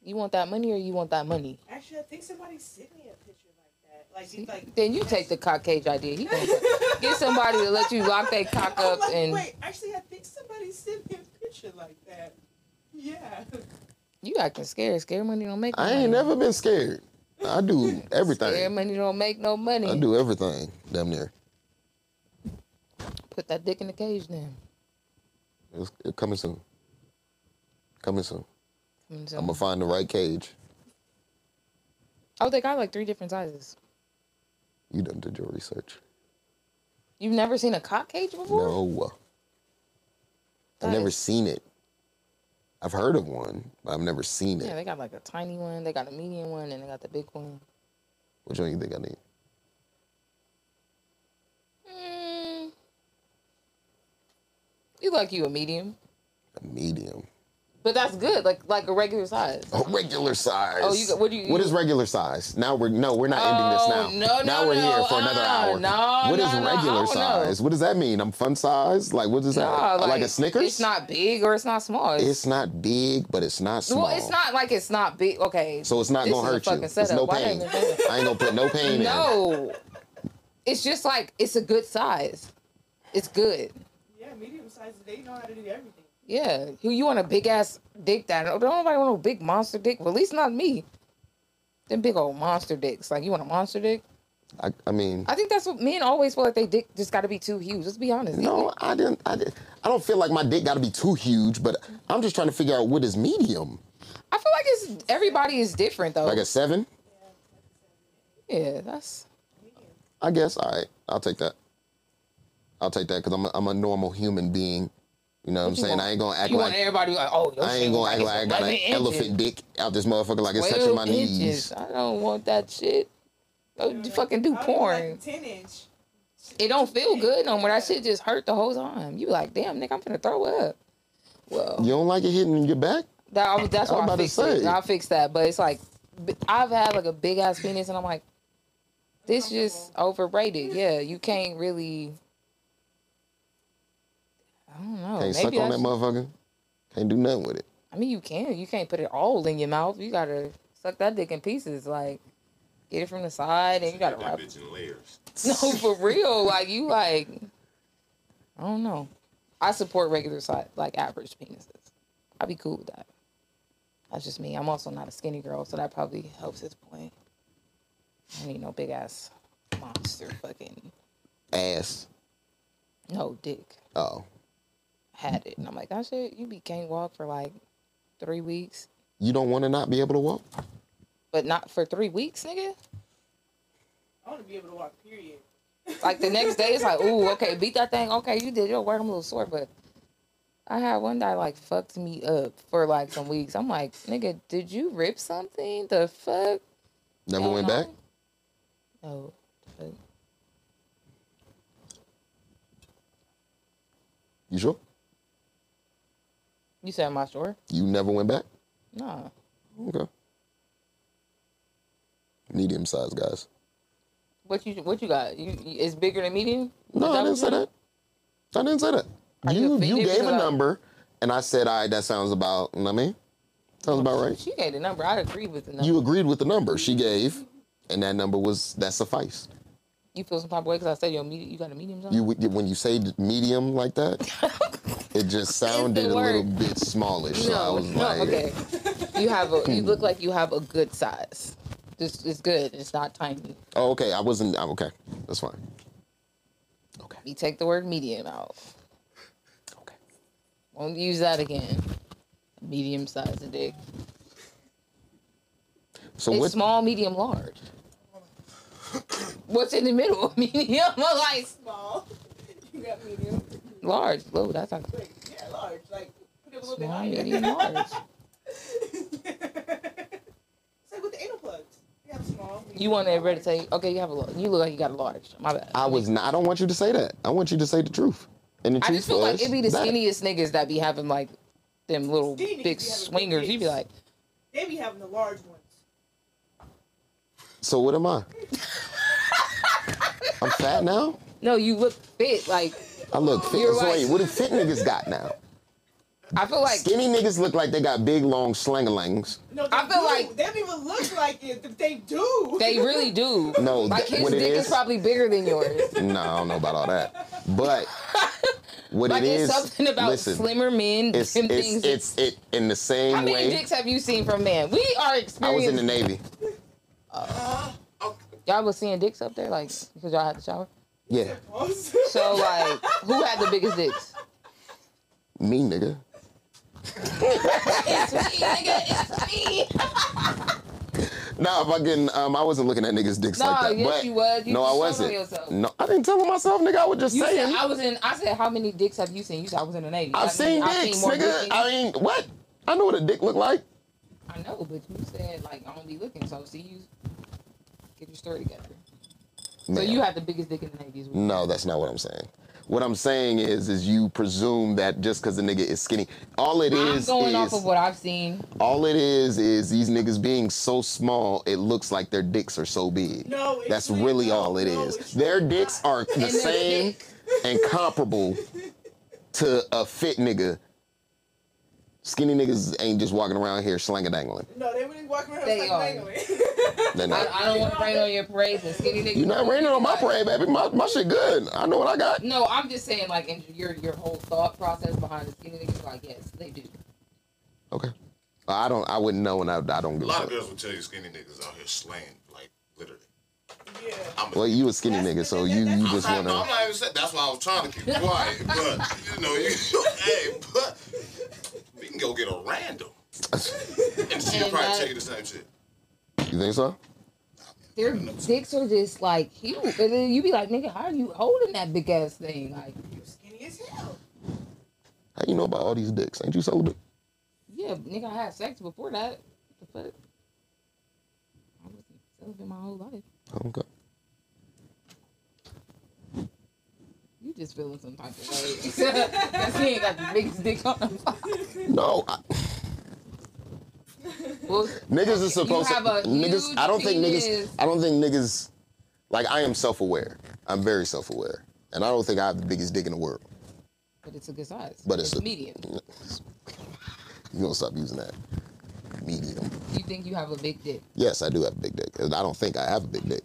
[SPEAKER 4] You want that money or you want that money?
[SPEAKER 6] Actually, I think somebody sent me a picture like that. Like, you like
[SPEAKER 4] Then you take the cock cage idea. He gonna put- get somebody to let you lock that cock
[SPEAKER 6] I'm
[SPEAKER 4] up
[SPEAKER 6] like,
[SPEAKER 4] and
[SPEAKER 6] wait, actually, I think somebody sent me a picture like that. Yeah.
[SPEAKER 4] you acting scared. Scared money don't make no
[SPEAKER 1] I
[SPEAKER 4] money.
[SPEAKER 1] ain't never been scared. I do
[SPEAKER 4] Scared
[SPEAKER 1] everything.
[SPEAKER 4] money don't make no money.
[SPEAKER 1] I do everything. Damn near.
[SPEAKER 4] Put that dick in the cage then.
[SPEAKER 1] It's it coming soon. Coming soon.
[SPEAKER 4] Coming
[SPEAKER 1] I'm
[SPEAKER 4] soon.
[SPEAKER 1] gonna find the right cage.
[SPEAKER 4] Oh, they got like three different sizes.
[SPEAKER 1] You done did your research.
[SPEAKER 4] You've never seen a cock cage before?
[SPEAKER 1] No, uh, I've
[SPEAKER 4] That
[SPEAKER 1] never
[SPEAKER 4] is-
[SPEAKER 1] seen it. I've heard of one, but I've never seen
[SPEAKER 4] Yeah,
[SPEAKER 1] it.
[SPEAKER 4] they got like a tiny one, they got a medium one, and they got the big one.
[SPEAKER 1] Which one you think I need?
[SPEAKER 4] Mm. You like you a medium,
[SPEAKER 1] A medium.
[SPEAKER 4] but that's good. Like like a regular size.
[SPEAKER 1] Oh, regular size.
[SPEAKER 4] Oh, you got- what do you-
[SPEAKER 1] What is regular size? Now we're no, we're not
[SPEAKER 4] Oh,
[SPEAKER 1] ending this now.
[SPEAKER 4] no,
[SPEAKER 1] now
[SPEAKER 4] no,
[SPEAKER 1] we're
[SPEAKER 4] no,
[SPEAKER 1] here for another
[SPEAKER 4] uh,
[SPEAKER 1] hour.
[SPEAKER 4] no,
[SPEAKER 1] What is
[SPEAKER 4] no, no, I
[SPEAKER 1] regular
[SPEAKER 4] don't know.
[SPEAKER 1] size? What does that mean? I'm fun size? Like what is that?
[SPEAKER 4] Nah,
[SPEAKER 1] like, a Snickers?
[SPEAKER 4] It's not big or it's not small. It's,
[SPEAKER 1] It's not big, but it's not small.
[SPEAKER 4] Well, it's not like it's not big. Okay.
[SPEAKER 1] So it's not
[SPEAKER 4] this
[SPEAKER 1] gonna
[SPEAKER 4] is a
[SPEAKER 1] hurt you.
[SPEAKER 4] fucking
[SPEAKER 1] It's
[SPEAKER 4] setup.
[SPEAKER 1] no
[SPEAKER 4] Why
[SPEAKER 1] pain.
[SPEAKER 4] they even do
[SPEAKER 1] I ain't gonna put no pain
[SPEAKER 4] it? No. It's just like it's a good size. It's good.
[SPEAKER 6] Yeah, medium sized, they know how to do everything.
[SPEAKER 4] Yeah. Who you want a big ass dick that don't nobody want no big monster dick. Well at least not me. Them big old monster dicks. Like you want a monster dick?
[SPEAKER 1] in. I, I mean,
[SPEAKER 4] I think that's what men always feel like they dick just gotta be too huge. Let's be honest.
[SPEAKER 1] no, I didn't. I did. I don't feel like my dick got to be too huge, but I'm just trying to figure out what is medium.
[SPEAKER 4] I feel like it's everybody is different though.
[SPEAKER 1] Like a seven,
[SPEAKER 4] yeah, that's
[SPEAKER 1] I guess. All right, I'll take that. I'll take that because I'm a, I'm a normal human being. You know what I'm
[SPEAKER 4] you
[SPEAKER 1] saying?
[SPEAKER 4] want?
[SPEAKER 1] I ain't gonna act
[SPEAKER 4] you want
[SPEAKER 1] like
[SPEAKER 4] everybody like, oh, your
[SPEAKER 1] I
[SPEAKER 4] shit
[SPEAKER 1] ain't gonna act
[SPEAKER 4] it's
[SPEAKER 1] like I got
[SPEAKER 4] 11
[SPEAKER 1] an
[SPEAKER 4] inches.
[SPEAKER 1] elephant dick out this motherfucker like it's touching
[SPEAKER 4] 12
[SPEAKER 1] my
[SPEAKER 4] inches.
[SPEAKER 1] knees.
[SPEAKER 4] I don't want that shit. Go
[SPEAKER 6] You
[SPEAKER 4] do
[SPEAKER 6] know,
[SPEAKER 4] fucking do
[SPEAKER 6] I don't even
[SPEAKER 4] porn.
[SPEAKER 6] Like 10 inch.
[SPEAKER 4] it don't feel good no more. That shit just hurt the whole time. You be like, damn, nigga, I'm finna throw up. Well,
[SPEAKER 1] You don't like it hitting your back?
[SPEAKER 4] that, I was- that's
[SPEAKER 1] I was
[SPEAKER 4] why I
[SPEAKER 1] about to
[SPEAKER 4] fixed it.
[SPEAKER 1] say.
[SPEAKER 4] I fixed that, but it's like b- I've had like a big ass penis, and I'm like, this just overrated. Yeah, you can't really. I don't know.
[SPEAKER 1] Can't
[SPEAKER 4] Oh, Maybe
[SPEAKER 1] suck on that
[SPEAKER 4] that's-
[SPEAKER 1] motherfucker. Can't do nothing with it.
[SPEAKER 4] I mean, you can. You can't put it all in your mouth. You gotta suck that dick in pieces. Like, get it from the side, and you gotta
[SPEAKER 5] Put that
[SPEAKER 4] wrap.
[SPEAKER 5] bitch in layers.
[SPEAKER 4] No, for real. Like you like. I don't know. I support regular size, like average penises. I'd be cool with that. That's just me. I'm also not a skinny girl, so that probably helps his point. I don't need no big ass monster fucking
[SPEAKER 1] Ass.
[SPEAKER 4] no dick.
[SPEAKER 1] Oh.
[SPEAKER 4] Had it, and I'm like, I should. You be can't walk for like three weeks,
[SPEAKER 1] You don't want to not be able to walk?
[SPEAKER 4] but not for three weeks, nigga.
[SPEAKER 6] I want to be able to walk. Period.
[SPEAKER 4] Like the next day, it's like, ooh, okay, beat that thing. Okay, you did your work. I'm a little sore, but I had one guy like fucked me up for like some weeks. I'm like, nigga, did you rip something? The fuck?
[SPEAKER 1] Never
[SPEAKER 4] Hell
[SPEAKER 1] went
[SPEAKER 4] no.
[SPEAKER 1] back?
[SPEAKER 4] No. The fuck?
[SPEAKER 1] You sure?
[SPEAKER 4] You said, am I sure?
[SPEAKER 1] You never went back?
[SPEAKER 4] No.
[SPEAKER 1] Okay. Medium size guys.
[SPEAKER 4] What you what you got? You, you- it's bigger than medium.
[SPEAKER 1] No,
[SPEAKER 4] Is
[SPEAKER 1] I
[SPEAKER 4] what
[SPEAKER 1] didn't say
[SPEAKER 4] you-
[SPEAKER 1] that. I didn't say that.
[SPEAKER 4] Are you
[SPEAKER 1] You you,
[SPEAKER 4] offended
[SPEAKER 1] gave a
[SPEAKER 4] because I-
[SPEAKER 1] number, and I said, "All right, that sounds about." You know what I mean, sounds about right.
[SPEAKER 4] She gave the number. I agree with the number.
[SPEAKER 1] You
[SPEAKER 4] You,
[SPEAKER 1] agreed with the number she gave, and that number was that sufficed.
[SPEAKER 4] feel some type of way because I said your medium. You got a medium size.
[SPEAKER 1] You when you say medium like that, it just sounded a little
[SPEAKER 4] word.
[SPEAKER 1] bit smallish. so I
[SPEAKER 4] no,
[SPEAKER 1] was
[SPEAKER 4] no,
[SPEAKER 1] like,
[SPEAKER 4] okay. You have a. You look like you have a good size. This is good. It's not tiny.
[SPEAKER 1] "Oh, okay." I wasn't. I'm okay. That's fine. Okay.
[SPEAKER 4] You take the word medium out.
[SPEAKER 1] Okay.
[SPEAKER 4] Won't use that again. Medium sized dick.
[SPEAKER 1] So
[SPEAKER 4] it's
[SPEAKER 1] what?
[SPEAKER 4] small, medium, large. What's in the middle? Medium, like
[SPEAKER 6] Small. you got medium.
[SPEAKER 4] large. Whoa, that's not
[SPEAKER 6] Big. Yeah, large. Like put it a little bit
[SPEAKER 4] small,
[SPEAKER 6] higher.
[SPEAKER 4] medium, large.
[SPEAKER 6] it's like with the anal plugs. You have small.
[SPEAKER 4] You want everybody to say, okay, you have a large. You look like you got a large. My bad.
[SPEAKER 1] I was not. I don't want you to say that. I want you to say the truth. And the
[SPEAKER 4] I
[SPEAKER 1] truth
[SPEAKER 4] just feel like
[SPEAKER 1] was
[SPEAKER 4] it'd be the
[SPEAKER 1] that.
[SPEAKER 4] skinniest niggas that be having like them little
[SPEAKER 6] Skinny be having
[SPEAKER 4] big
[SPEAKER 6] big
[SPEAKER 4] swingers. You'd be
[SPEAKER 6] dicks.
[SPEAKER 4] like,
[SPEAKER 6] They be having the large ones.
[SPEAKER 1] So what am I? I'm fat now.
[SPEAKER 4] no, you look fit. Like
[SPEAKER 1] I look fit.
[SPEAKER 4] You're
[SPEAKER 1] so
[SPEAKER 4] right.
[SPEAKER 1] wait, what do fit niggas got now?
[SPEAKER 4] I feel like
[SPEAKER 1] Skinny niggas look like they got big long slangalangs.
[SPEAKER 6] No, they
[SPEAKER 4] I feel
[SPEAKER 6] do.
[SPEAKER 4] like-
[SPEAKER 6] they don't even look like it. but They do.
[SPEAKER 4] they really do.
[SPEAKER 1] No,
[SPEAKER 4] like
[SPEAKER 1] th-
[SPEAKER 4] his
[SPEAKER 1] what it
[SPEAKER 4] dick is
[SPEAKER 1] is-
[SPEAKER 4] probably bigger than yours.
[SPEAKER 1] No, I don't know about all that. But what
[SPEAKER 4] Like
[SPEAKER 1] it
[SPEAKER 4] it's
[SPEAKER 1] is,
[SPEAKER 4] something about
[SPEAKER 1] listen,
[SPEAKER 4] slimmer men.
[SPEAKER 1] it's
[SPEAKER 4] them
[SPEAKER 1] it's,
[SPEAKER 4] things
[SPEAKER 1] it's it in the same
[SPEAKER 4] how many
[SPEAKER 1] way.
[SPEAKER 4] dicks have you seen from men? We are
[SPEAKER 1] I was in the
[SPEAKER 4] experienced.
[SPEAKER 1] Navy.
[SPEAKER 4] y'all was seeing dicks up there, like because y'all had the shower.
[SPEAKER 1] Yeah,
[SPEAKER 4] So like, who had the biggest dicks?
[SPEAKER 1] me nigga.
[SPEAKER 4] It's me, nigga. It's me.
[SPEAKER 1] Nah, fucking. Um, I wasn't looking at niggas' dicks
[SPEAKER 4] No,
[SPEAKER 1] like that.
[SPEAKER 4] yes,
[SPEAKER 1] but
[SPEAKER 4] you was. You
[SPEAKER 1] no, I
[SPEAKER 4] just showed on
[SPEAKER 1] wasn't.
[SPEAKER 4] yourself.
[SPEAKER 1] No, I didn't tell on myself, nigga. I was just
[SPEAKER 4] You
[SPEAKER 1] saying.
[SPEAKER 4] said I was in. I said, how many dicks have you seen? You said I was in the navy.
[SPEAKER 1] I've
[SPEAKER 4] That means
[SPEAKER 1] seen dicks,
[SPEAKER 4] more
[SPEAKER 1] nigga.
[SPEAKER 4] dicks than you.
[SPEAKER 1] I mean, what? I know what a dick look like.
[SPEAKER 4] I know, but you said like I don't be looking. So see you get your story together. So
[SPEAKER 1] Ma'am.
[SPEAKER 4] you had the biggest dick in the navy. is what you-
[SPEAKER 1] No, that's not what I'm saying. What I'm saying is, is you presume that just because a nigga is skinny, all it
[SPEAKER 4] I'm
[SPEAKER 1] is
[SPEAKER 4] going
[SPEAKER 1] is
[SPEAKER 4] off of what I've seen.
[SPEAKER 1] all it is is these niggas being so small, it looks like their dicks are so big.
[SPEAKER 6] No, it's
[SPEAKER 1] that's
[SPEAKER 6] really
[SPEAKER 1] really
[SPEAKER 6] not.
[SPEAKER 1] all it
[SPEAKER 6] No,
[SPEAKER 1] is.
[SPEAKER 6] it's
[SPEAKER 1] their
[SPEAKER 6] really
[SPEAKER 1] dicks
[SPEAKER 6] not.
[SPEAKER 1] are the
[SPEAKER 4] And their
[SPEAKER 1] same
[SPEAKER 4] dick.
[SPEAKER 1] and comparable to a fit nigga. Skinny niggas ain't just walking around here slanging dangling.
[SPEAKER 6] No, they really walk around
[SPEAKER 4] They
[SPEAKER 6] like
[SPEAKER 4] are.
[SPEAKER 6] dangling.
[SPEAKER 1] They're
[SPEAKER 4] I,
[SPEAKER 1] not.
[SPEAKER 4] I don't want to rain on your parades and skinny niggas.
[SPEAKER 1] You're not raining on my
[SPEAKER 4] Like,
[SPEAKER 1] parade, baby. My, my shit good. I know what I got.
[SPEAKER 4] No, I'm just saying like in your your whole thought process behind the skinny niggas. Like yes, they do.
[SPEAKER 1] Okay. Uh, I don't. I wouldn't know, and I, I don't
[SPEAKER 5] A
[SPEAKER 1] give a
[SPEAKER 5] lot of
[SPEAKER 1] fuck.
[SPEAKER 5] girls will tell you skinny niggas out here slaying, like literally.
[SPEAKER 6] yeah.
[SPEAKER 5] I'm a,
[SPEAKER 1] Well, you a skinny nigga, so you you just
[SPEAKER 5] I'm, not, I'm
[SPEAKER 1] wanna.
[SPEAKER 5] not even saying that's why I was trying to keep quiet, but you know, you hey, but we can go get a random, and she'll
[SPEAKER 4] And uh,
[SPEAKER 5] probably
[SPEAKER 4] that-
[SPEAKER 5] tell you the same shit.
[SPEAKER 1] You think so?
[SPEAKER 4] Their dicks are just like huge, and then you be like, nigga, how are you holding that big ass thing? Like
[SPEAKER 6] You skinny as hell.
[SPEAKER 1] How you know about all these dicks? Ain't you celibate?
[SPEAKER 4] yeah, nigga, I had sex before that. What the fuck? I was celibate my whole life.
[SPEAKER 1] Okay.
[SPEAKER 4] You just feeling some type of way. Cause he ain't got the biggest dick on the block.
[SPEAKER 1] No, I,
[SPEAKER 4] Well,
[SPEAKER 1] niggas is supposed
[SPEAKER 4] have
[SPEAKER 1] to.
[SPEAKER 4] a
[SPEAKER 1] Niggas,
[SPEAKER 4] huge
[SPEAKER 1] I don't think niggas.
[SPEAKER 4] penis.
[SPEAKER 1] I don't think niggas. Like I am self-aware. I'm very self-aware, and I don't think I have the biggest dick in the world.
[SPEAKER 4] but it's a good size.
[SPEAKER 1] But it's a-
[SPEAKER 4] medium.
[SPEAKER 1] You gonna stop using that? medium.
[SPEAKER 4] You think you have a big dick?
[SPEAKER 1] Yes, I do have a big dick. And I don't think I have a big dick.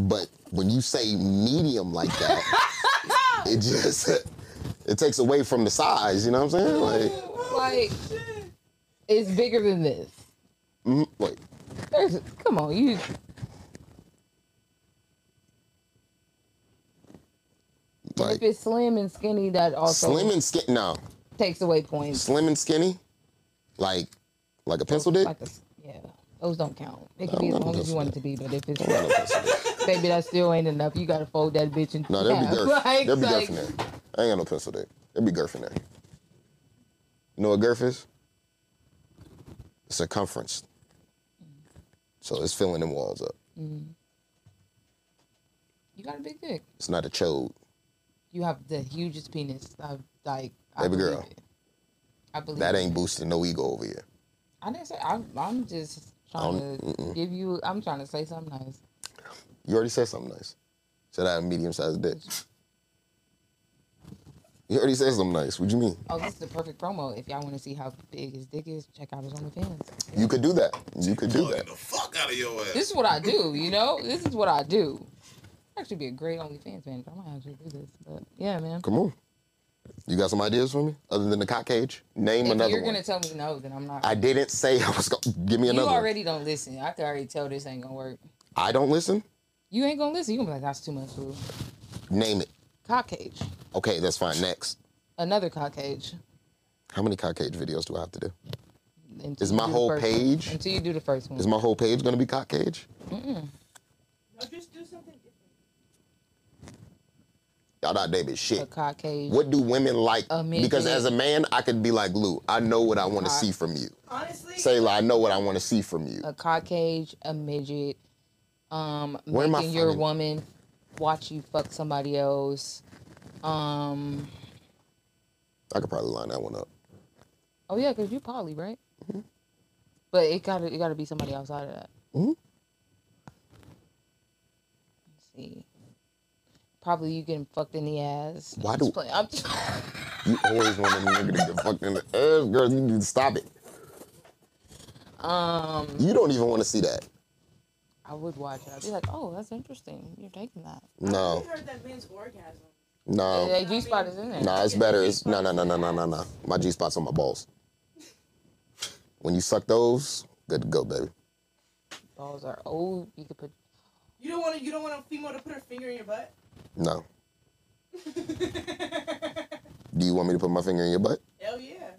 [SPEAKER 1] But when you say medium like that, it just it takes away from the size, you know what I'm saying? Like,
[SPEAKER 4] Like, it's bigger than this.
[SPEAKER 1] mm, like
[SPEAKER 4] There's, come on, you. if
[SPEAKER 1] like
[SPEAKER 4] it's slim and skinny, that also
[SPEAKER 1] slim and skinny. No,
[SPEAKER 4] takes away points.
[SPEAKER 1] slim and skinny, like like a pencil dick.
[SPEAKER 4] Like a, yeah, those don't count. It can
[SPEAKER 1] No,
[SPEAKER 4] be as
[SPEAKER 1] no,
[SPEAKER 4] long as you
[SPEAKER 1] that's
[SPEAKER 4] want
[SPEAKER 1] not-
[SPEAKER 4] it to be, but if it's
[SPEAKER 1] Not a pencil dick.
[SPEAKER 4] baby, that still ain't enough. You gotta fold that bitch into
[SPEAKER 1] No, there'll
[SPEAKER 4] half.
[SPEAKER 1] be girth.
[SPEAKER 4] Like,
[SPEAKER 1] there'll be girth
[SPEAKER 4] like,
[SPEAKER 1] in there. I ain't got no pencil there. There'll be girth in there. You know what girth is? Circumference. So it's filling them walls up.
[SPEAKER 4] You got a big dick.
[SPEAKER 1] It's not a chode.
[SPEAKER 4] You have the hugest penis. I like. I
[SPEAKER 1] Baby
[SPEAKER 4] believe
[SPEAKER 1] girl.
[SPEAKER 4] it. I believe
[SPEAKER 1] That
[SPEAKER 4] it.
[SPEAKER 1] ain't boosting no ego over here.
[SPEAKER 4] I didn't say. I'm, I'm just trying
[SPEAKER 1] I'm-
[SPEAKER 4] to give you. I'm trying to say something nice.
[SPEAKER 1] You already said something nice. Said I have a medium sized dick. You already said something nice. What you mean?
[SPEAKER 4] Oh, this is the perfect promo. If y'all want to see how big his dick is, check out his OnlyFans.
[SPEAKER 1] You could do that. You could do
[SPEAKER 5] Get
[SPEAKER 1] that.
[SPEAKER 5] the fuck out of your ass.
[SPEAKER 4] This is what I do. You know, this is what I do. Actually, be a great OnlyFans manager. I might actually do this, but yeah, man.
[SPEAKER 1] Come on. You got some ideas for me other than the cock cage? Name
[SPEAKER 4] If
[SPEAKER 1] another
[SPEAKER 4] you're
[SPEAKER 1] one.
[SPEAKER 4] gonna tell me no, then I'm not.
[SPEAKER 1] I didn't say I was gonna give me
[SPEAKER 4] you
[SPEAKER 1] another. one.
[SPEAKER 4] already don't listen. I can already tell this ain't gonna work.
[SPEAKER 1] I don't listen.
[SPEAKER 4] You ain't gonna listen. You gonna be like, that's too much food.
[SPEAKER 1] Name it.
[SPEAKER 4] Cock cage.
[SPEAKER 1] Okay, that's fine. Next.
[SPEAKER 4] Another cock cage.
[SPEAKER 1] How many cock cage videos do I have to do?
[SPEAKER 4] Until
[SPEAKER 1] Is
[SPEAKER 4] you
[SPEAKER 1] my
[SPEAKER 4] do the
[SPEAKER 1] whole
[SPEAKER 4] first one.
[SPEAKER 1] page-
[SPEAKER 4] Until you do the first one.
[SPEAKER 1] Is my whole page gonna be cock cage?
[SPEAKER 6] No, just do something different.
[SPEAKER 1] Y'all not naming
[SPEAKER 4] a
[SPEAKER 1] shit.
[SPEAKER 4] cock cage.
[SPEAKER 1] What do women like?
[SPEAKER 4] A mid
[SPEAKER 1] Because
[SPEAKER 4] dick.
[SPEAKER 1] as a man, I could be like Lou. I know what I want to
[SPEAKER 4] Cock.
[SPEAKER 1] see from you.
[SPEAKER 6] Honestly,
[SPEAKER 1] Sayla, I know what I want to see from you.
[SPEAKER 4] A cock cage. A midget. Um,
[SPEAKER 1] Where am I
[SPEAKER 4] making your
[SPEAKER 1] finding-
[SPEAKER 4] woman watch you fuck somebody else. Um.
[SPEAKER 1] I could probably line that one up.
[SPEAKER 4] Oh yeah, cause you poly, right?
[SPEAKER 1] Mm-hmm.
[SPEAKER 4] But it gotta it gotta be somebody outside of that.
[SPEAKER 1] Mhm.
[SPEAKER 4] Let's see. Probably you getting fucked in the ass.
[SPEAKER 1] Why
[SPEAKER 4] I'm
[SPEAKER 1] do-
[SPEAKER 4] just playing. I'm just-
[SPEAKER 1] You always want a nigga to get fucked in the ass, girl. You need to stop it.
[SPEAKER 4] um
[SPEAKER 1] You don't even want to see that.
[SPEAKER 4] I would watch it. I'd be like, oh, that's interesting. You're taking that.
[SPEAKER 6] I
[SPEAKER 1] No,
[SPEAKER 6] really heard that man's orgasm.
[SPEAKER 1] no,
[SPEAKER 4] That G spot is in there.
[SPEAKER 1] no. It's better. It's no, no, no, no, no, no, no. My G spot's on my balls. When you suck those, good to go, baby.
[SPEAKER 4] Balls are old. You could put.
[SPEAKER 6] You don't want to. You don't want a female to put her finger in your butt.
[SPEAKER 1] No. Do you want me to put my finger in your butt?
[SPEAKER 6] Hell yeah.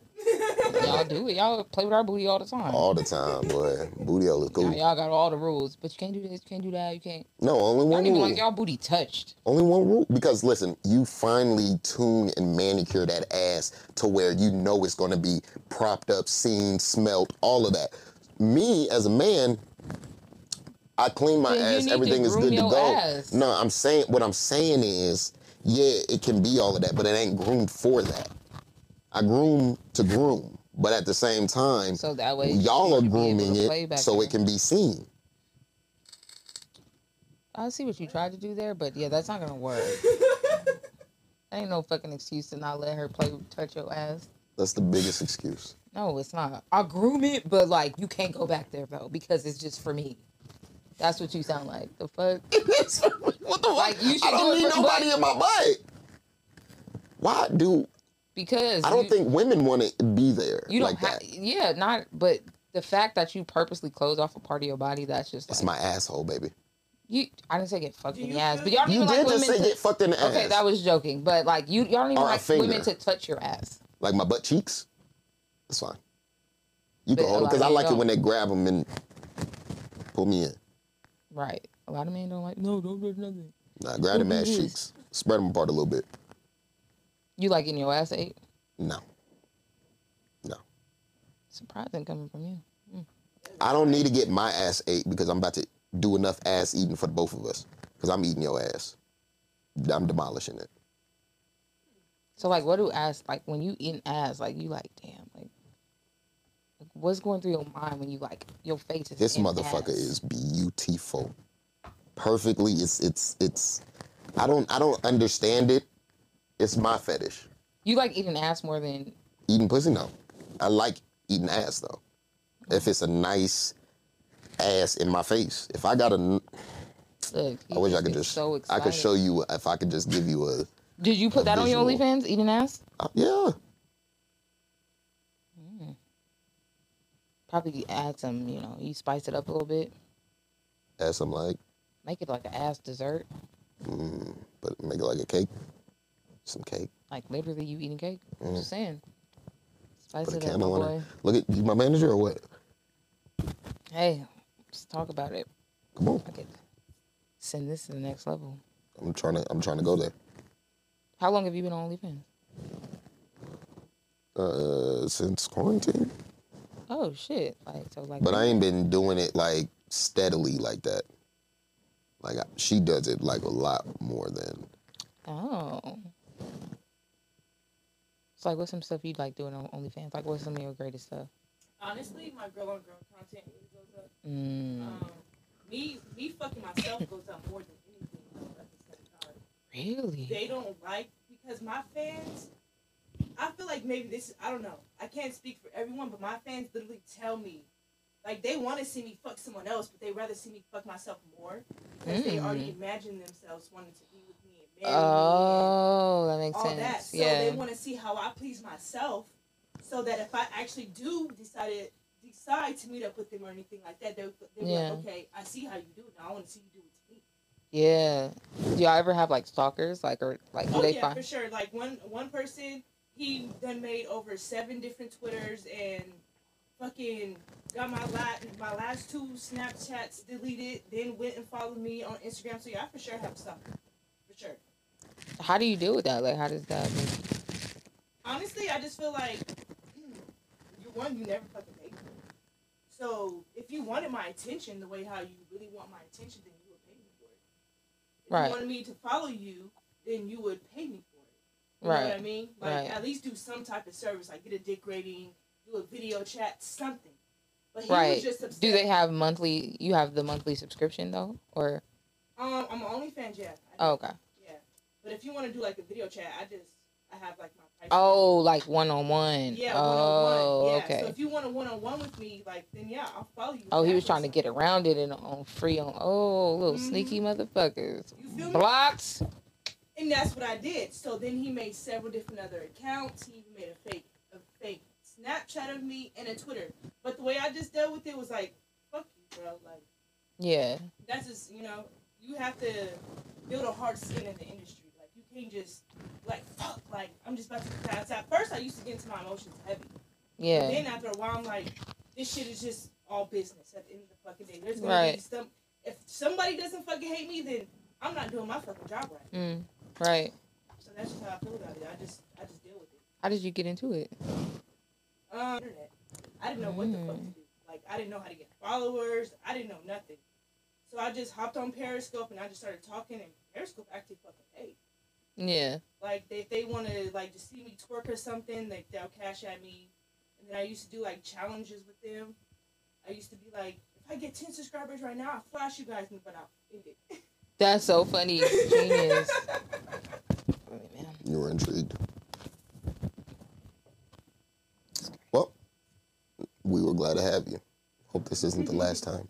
[SPEAKER 4] Y'all do it. Y'all play with our booty all the time.
[SPEAKER 1] All the time, boy. Booty hole is
[SPEAKER 4] Y'all,
[SPEAKER 1] cool.
[SPEAKER 4] y'all got all the rules, but you can't do this. You can't do that. You can't.
[SPEAKER 1] No, only
[SPEAKER 4] I
[SPEAKER 1] one
[SPEAKER 4] don't even like
[SPEAKER 1] rule.
[SPEAKER 4] y'all booty touched.
[SPEAKER 1] Only one rule. Because listen, you finally tune and manicure that ass to where you know it's gonna be propped up, seen, smelt, all of that. Me as a man, I clean my
[SPEAKER 4] Then you
[SPEAKER 1] ass.
[SPEAKER 4] need to
[SPEAKER 1] Everything is
[SPEAKER 4] groom
[SPEAKER 1] good to
[SPEAKER 4] your
[SPEAKER 1] go.
[SPEAKER 4] ass.
[SPEAKER 1] No, I'm saying what I'm saying is, yeah, it can be all of that, but it ain't groomed for that. I groom to groom, but at the same time,
[SPEAKER 4] So that way
[SPEAKER 1] y'all
[SPEAKER 4] you
[SPEAKER 1] are
[SPEAKER 4] should be able to
[SPEAKER 1] grooming
[SPEAKER 4] play
[SPEAKER 1] it
[SPEAKER 4] back
[SPEAKER 1] so
[SPEAKER 4] there.
[SPEAKER 1] it can be seen.
[SPEAKER 4] I see what you tried to do there, but yeah, that's not gonna work. that ain't no fucking excuse to not let her play touch your ass.
[SPEAKER 1] That's the biggest excuse.
[SPEAKER 4] No, it's not. I groom it, but like you can't go back there though because it's just for me. That's what you sound like. The fuck?
[SPEAKER 1] what the fuck?
[SPEAKER 4] Like, you should
[SPEAKER 1] I don't
[SPEAKER 4] do it
[SPEAKER 1] need
[SPEAKER 4] for-
[SPEAKER 1] nobody in my butt. Why do
[SPEAKER 4] Because
[SPEAKER 1] I don't
[SPEAKER 4] you,
[SPEAKER 1] think women want to be there
[SPEAKER 4] you don't
[SPEAKER 1] like
[SPEAKER 4] have.
[SPEAKER 1] that?
[SPEAKER 4] Yeah, not. But the fact that you purposely close off a part of your body, that's just
[SPEAKER 1] That's
[SPEAKER 4] like,
[SPEAKER 1] my asshole, baby.
[SPEAKER 4] You, I didn't say get fucked in
[SPEAKER 6] you
[SPEAKER 4] the ass,
[SPEAKER 6] feel-
[SPEAKER 4] but y'all don't
[SPEAKER 1] You
[SPEAKER 4] even
[SPEAKER 1] did
[SPEAKER 4] like
[SPEAKER 1] just
[SPEAKER 4] women.
[SPEAKER 1] say
[SPEAKER 4] to-
[SPEAKER 1] get fucked in the ass.
[SPEAKER 4] okay, that was joking, but like you, y'all don't even
[SPEAKER 1] Or a
[SPEAKER 4] like women
[SPEAKER 1] finger.
[SPEAKER 4] to touch your ass.
[SPEAKER 1] like my butt cheeks. That's fine. You can
[SPEAKER 4] But a
[SPEAKER 1] hold it
[SPEAKER 4] lot
[SPEAKER 1] because
[SPEAKER 4] of
[SPEAKER 1] I
[SPEAKER 4] men
[SPEAKER 1] like it
[SPEAKER 4] don't.
[SPEAKER 1] when they grab them and pull me in.
[SPEAKER 4] Right. A lot of men don't like. No, don't touch nothing.
[SPEAKER 1] Nah, grab them
[SPEAKER 4] do
[SPEAKER 1] ass
[SPEAKER 4] this.
[SPEAKER 1] cheeks, spread them apart a little bit.
[SPEAKER 4] You like getting your ass ate?
[SPEAKER 1] No, no.
[SPEAKER 4] Surprising coming from you.
[SPEAKER 1] I don't need to get my ass ate because I'm about to do enough ass eating for the both of us. Because I'm eating your ass. I'm demolishing it.
[SPEAKER 4] So like, what do ass like when you eating ass? Like you like, damn, like, like, what's going through your mind when you like your face is
[SPEAKER 1] This
[SPEAKER 4] in
[SPEAKER 1] motherfucker is
[SPEAKER 4] ass?
[SPEAKER 1] beautiful. Perfectly, it's it's it's. I don't I don't understand it. It's my fetish.
[SPEAKER 4] You like eating ass more than
[SPEAKER 1] Eating pussy, no. I like eating ass though. if it's a nice ass in my face. If I got a, n-
[SPEAKER 4] Look,
[SPEAKER 1] I wish I
[SPEAKER 4] you
[SPEAKER 1] could
[SPEAKER 4] get
[SPEAKER 1] just,
[SPEAKER 4] So
[SPEAKER 1] I
[SPEAKER 4] excited.
[SPEAKER 1] could show you if I could just give you a,
[SPEAKER 4] Did you put that on your
[SPEAKER 1] visual.
[SPEAKER 4] OnlyFans? Eating ass?
[SPEAKER 1] uh, yeah.
[SPEAKER 4] Probably add some. You know, you spice it up a little bit.
[SPEAKER 1] Ass, I'm like, mm,
[SPEAKER 4] Make it like an ass dessert.
[SPEAKER 1] but make it like a cake, some cake,
[SPEAKER 4] Like literally, you eating cake. I'm just saying. Spice
[SPEAKER 1] Mm. put a
[SPEAKER 4] it up, my
[SPEAKER 1] candle on
[SPEAKER 4] boy.
[SPEAKER 1] it. Look at you, my manager or what?
[SPEAKER 4] Hey, let's talk about it.
[SPEAKER 1] Come on,
[SPEAKER 4] I could send this to the next level.
[SPEAKER 1] I'm trying to, I'm trying to go there.
[SPEAKER 4] How long have you been on OnlyFans?
[SPEAKER 1] Uh, since quarantine,
[SPEAKER 4] Oh shit! Like so, like.
[SPEAKER 1] but I ain't been doing it like steadily like that. Like I, she does it like a lot more than
[SPEAKER 4] Oh. So like, what's some stuff you like doing on OnlyFans? Like, what's some of your greatest stuff?
[SPEAKER 6] Honestly, my girl on girl content really goes up.
[SPEAKER 4] Mm,
[SPEAKER 6] Um, me, me fucking myself goes up more than anything else at the same time.
[SPEAKER 4] really?
[SPEAKER 6] they don't like because my fans I feel like maybe this I don't know. I can't speak for everyone, but my fans literally tell me like they want to see me fuck someone else, but they rather see me fuck myself more because they already imagine themselves wanting to be with me and marry me
[SPEAKER 4] Mm. Oh, that
[SPEAKER 6] and
[SPEAKER 4] makes
[SPEAKER 6] all
[SPEAKER 4] sense.
[SPEAKER 6] that. So
[SPEAKER 4] yeah.
[SPEAKER 6] they want to see how I please myself so that if I actually do decide to, decide to meet up with them or anything like that, they're, they're
[SPEAKER 4] Yeah.
[SPEAKER 6] like, okay, I see how you do it. Now I want to see you do it to me.
[SPEAKER 4] yeah. Do y'all ever have like stalkers? Like, or like, do
[SPEAKER 6] Oh
[SPEAKER 4] they
[SPEAKER 6] yeah,
[SPEAKER 4] find?
[SPEAKER 6] for sure. Like one one person, he done made over seven different Twitters and fucking got my last my last two Snapchats deleted. Then went and followed me on Instagram. So yeah, I for sure have stuff. For sure.
[SPEAKER 4] How do you deal with that? Like, how does that? Make...
[SPEAKER 6] Honestly, I just feel like hmm, you one you never fucking paid me. So if you wanted my attention the way how you really want my attention, then you would pay me for it. If
[SPEAKER 4] Right.
[SPEAKER 6] you wanted me to follow you, then you would pay me for it. You know what I
[SPEAKER 4] Right.
[SPEAKER 6] mean? Like
[SPEAKER 4] Right.
[SPEAKER 6] at least do some type of service, like get a dick rating, do a video chat, something. But he
[SPEAKER 4] Right.
[SPEAKER 6] was just upset.
[SPEAKER 4] Do they have monthly? You have the monthly subscription though, or
[SPEAKER 6] Um, I'm an OnlyFans, yeah. I
[SPEAKER 4] oh,
[SPEAKER 6] do,
[SPEAKER 4] okay.
[SPEAKER 6] Yeah. But if you want to do like a video chat, I just I have like my. price.
[SPEAKER 4] Oh, like one on one.
[SPEAKER 6] Yeah.
[SPEAKER 4] Oh,
[SPEAKER 6] one-on-one. Yeah.
[SPEAKER 4] okay.
[SPEAKER 6] So if you want a one-on-one with me, like then yeah, I'll follow you.
[SPEAKER 4] Oh, he was
[SPEAKER 6] back or
[SPEAKER 4] trying to get
[SPEAKER 6] something.
[SPEAKER 4] around it and on free on. Oh, little
[SPEAKER 6] Mhm.
[SPEAKER 4] sneaky motherfuckers.
[SPEAKER 6] You feel me?
[SPEAKER 4] Blocked.
[SPEAKER 6] And that's what I did. So then he made several different other accounts. He even made a fake, a fake Snapchat of me and a Twitter. But the way I just dealt with it was like, fuck you, bro. Like.
[SPEAKER 4] Yeah.
[SPEAKER 6] that's just you know you have to build a hard skin in the industry like you can't just like fuck like i'm just about to pass out first i used to get into my emotions heavy but
[SPEAKER 4] Yeah.
[SPEAKER 6] then after a while i'm like this shit is just all business at the end of the fucking day there's gonna be
[SPEAKER 4] Right.
[SPEAKER 6] some if somebody doesn't fucking hate me then i'm not doing my fucking job right
[SPEAKER 4] Mm, right.
[SPEAKER 6] so that's just how i feel about it i just i just deal with it
[SPEAKER 4] How did you get into it?
[SPEAKER 6] um, internet. I didn't know what the fuck to
[SPEAKER 4] Mm.
[SPEAKER 6] do. Like I didn't know how to get followers. I didn't know nothing. So I just hopped on Periscope and I just started talking and Periscope actually fucking paid.
[SPEAKER 4] Yeah.
[SPEAKER 6] Like they, if they want to like just see me twerk or something, like they'll cash at me. And then I used to do like challenges with them. I used to be like, if I get ten subscribers right now, I'll flash you guys, but I'll end it.
[SPEAKER 4] That's so funny. Genius. Wait, man.
[SPEAKER 1] you were intrigued. Well, we were glad to have you. Hope this isn't the last time.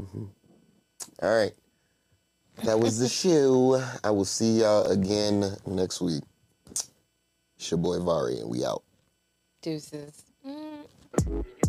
[SPEAKER 1] Mhm. All right. That was the show. I will see y'all again next week. It's your boy Vari, and we out.
[SPEAKER 4] Deuces.